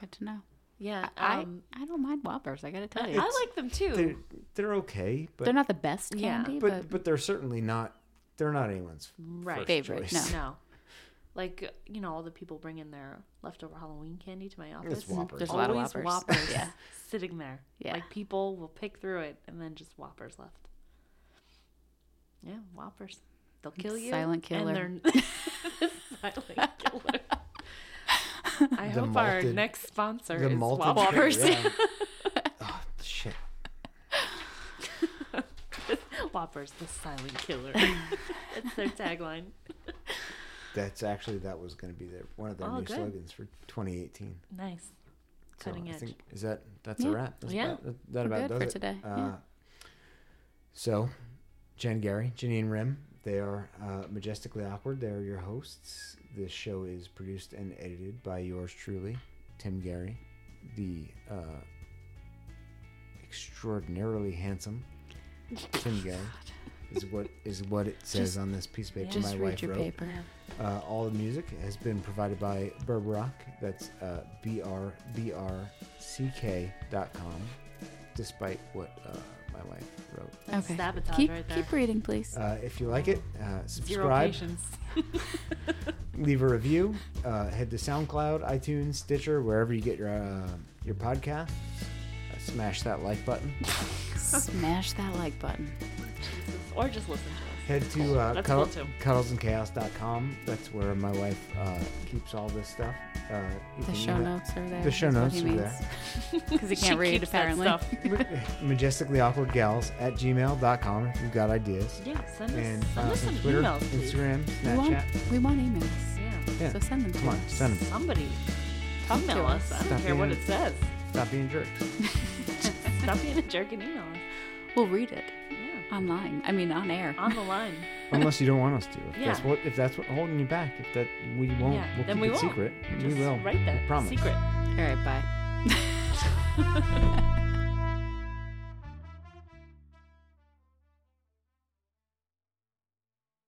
Speaker 3: Good to know.
Speaker 2: Yeah.
Speaker 3: I,
Speaker 2: um,
Speaker 3: I don't mind Whoppers. I gotta tell
Speaker 2: I,
Speaker 3: you,
Speaker 2: I like them too.
Speaker 1: they're they're okay, *laughs* but
Speaker 3: they're not the best
Speaker 2: Yeah.
Speaker 3: candy,
Speaker 1: but, but
Speaker 3: but,
Speaker 1: they're certainly not they're not anyone's
Speaker 2: right.
Speaker 3: favorite,
Speaker 1: choice.
Speaker 3: no.
Speaker 2: No. Like, you know, all the people bring in their leftover Halloween candy to my office.
Speaker 1: It's whoppers.
Speaker 3: there's a lot of
Speaker 2: Always
Speaker 3: Whoppers. *laughs*
Speaker 2: Whoppers
Speaker 3: Yeah.
Speaker 2: sitting there.
Speaker 3: Yeah.
Speaker 2: Like people will pick through it and then just Whoppers left. Yeah, Whoppers. They'll kill you.
Speaker 3: Silent killer.
Speaker 2: And they're... *laughs* silent killer. I
Speaker 1: The
Speaker 2: hope our
Speaker 1: malted-
Speaker 2: next sponsor
Speaker 1: the
Speaker 2: is
Speaker 1: malted
Speaker 2: Whoppers. *laughs*
Speaker 1: yeah. oh, shit.
Speaker 2: Whoppers, the silent
Speaker 3: *laughs*
Speaker 2: killer. That's their tagline.
Speaker 1: That's actually that was going to be their one of their
Speaker 2: Oh,
Speaker 1: new
Speaker 2: good.
Speaker 1: slogans for 2018.
Speaker 2: Nice.
Speaker 1: So
Speaker 2: Cutting
Speaker 1: I
Speaker 2: edge.
Speaker 1: think is that that's a
Speaker 3: Yeah.
Speaker 1: wrap. That's
Speaker 2: Yeah.
Speaker 1: about- that, that
Speaker 3: We're
Speaker 1: about
Speaker 3: good
Speaker 1: does
Speaker 3: for
Speaker 1: it.
Speaker 3: today,
Speaker 1: Uh,
Speaker 3: yeah.
Speaker 1: So, Jen Gary, Janine Rim, they are uh, majestically awkward. They are your hosts. This show is produced and edited by yours truly, Tim Gary, the uh, extraordinarily
Speaker 3: *laughs*
Speaker 1: handsome Tim Gary. Is what is what it says
Speaker 3: Just-
Speaker 1: on this piece of paper
Speaker 2: yeah.
Speaker 1: my
Speaker 3: just read
Speaker 1: wife
Speaker 3: your
Speaker 1: wrote.
Speaker 3: paper.
Speaker 1: Uh, all the music has been provided by Berberock. That's uh, B-R-B-R-C-K dot com, despite what uh, my wife wrote.
Speaker 2: That's
Speaker 3: Okay.
Speaker 2: sabotage
Speaker 3: Keep
Speaker 2: right there.
Speaker 3: keep reading,
Speaker 1: *laughs*
Speaker 3: please.
Speaker 1: Uh, if you like it, uh,
Speaker 2: Zero
Speaker 1: subscribe,
Speaker 2: patience.
Speaker 1: leave a review, uh, head to SoundCloud, iTunes, Stitcher, wherever you get your, uh, your podcast. Uh, smash that like button.
Speaker 3: Smash that like button.
Speaker 2: or just listen
Speaker 3: *laughs*
Speaker 2: to us.
Speaker 1: Head to uh,
Speaker 2: That's
Speaker 1: cuddle,
Speaker 2: cool, too.
Speaker 1: cuddlesandchaos.com. That's where my wife uh, keeps all this stuff. Uh, you
Speaker 3: The
Speaker 1: can
Speaker 3: show
Speaker 1: email-
Speaker 3: notes are there.
Speaker 1: The show
Speaker 3: is what
Speaker 1: notes
Speaker 3: he
Speaker 1: are
Speaker 3: means.
Speaker 1: there.
Speaker 3: because he
Speaker 2: She
Speaker 3: can't read
Speaker 2: keeps that
Speaker 3: apparently.
Speaker 2: stuff.
Speaker 1: *laughs* majestically awkward gals at gmail.com if you've got ideas
Speaker 2: Yeah, send us,
Speaker 1: and
Speaker 2: send
Speaker 1: uh,
Speaker 2: us some
Speaker 1: twitter
Speaker 2: emails. please.
Speaker 1: instagram
Speaker 3: We want,
Speaker 1: snapchat
Speaker 3: we want emails,
Speaker 2: Yeah.
Speaker 1: yeah
Speaker 3: so send them. to
Speaker 1: come on
Speaker 3: us.
Speaker 1: send them
Speaker 2: Somebody
Speaker 3: Come to
Speaker 2: email us. I don't
Speaker 1: Stop
Speaker 2: care what
Speaker 1: being- *laughs*
Speaker 2: it says.
Speaker 1: stop being jerks
Speaker 2: Stop being a jerk and email us.
Speaker 3: We'll read it
Speaker 2: Yeah.
Speaker 3: online. I mean, on air. *laughs*
Speaker 2: On the line.
Speaker 1: unless you don't want us to if that's
Speaker 2: Yeah.
Speaker 1: what if that's what holding you back if that we won't
Speaker 2: Yeah,
Speaker 1: we'll
Speaker 2: then
Speaker 1: keep
Speaker 2: we
Speaker 1: it
Speaker 2: won't.
Speaker 1: secret
Speaker 2: Just
Speaker 1: we will
Speaker 2: write that.
Speaker 1: promise
Speaker 3: *laughs*
Speaker 2: Secret.
Speaker 3: All right, bye.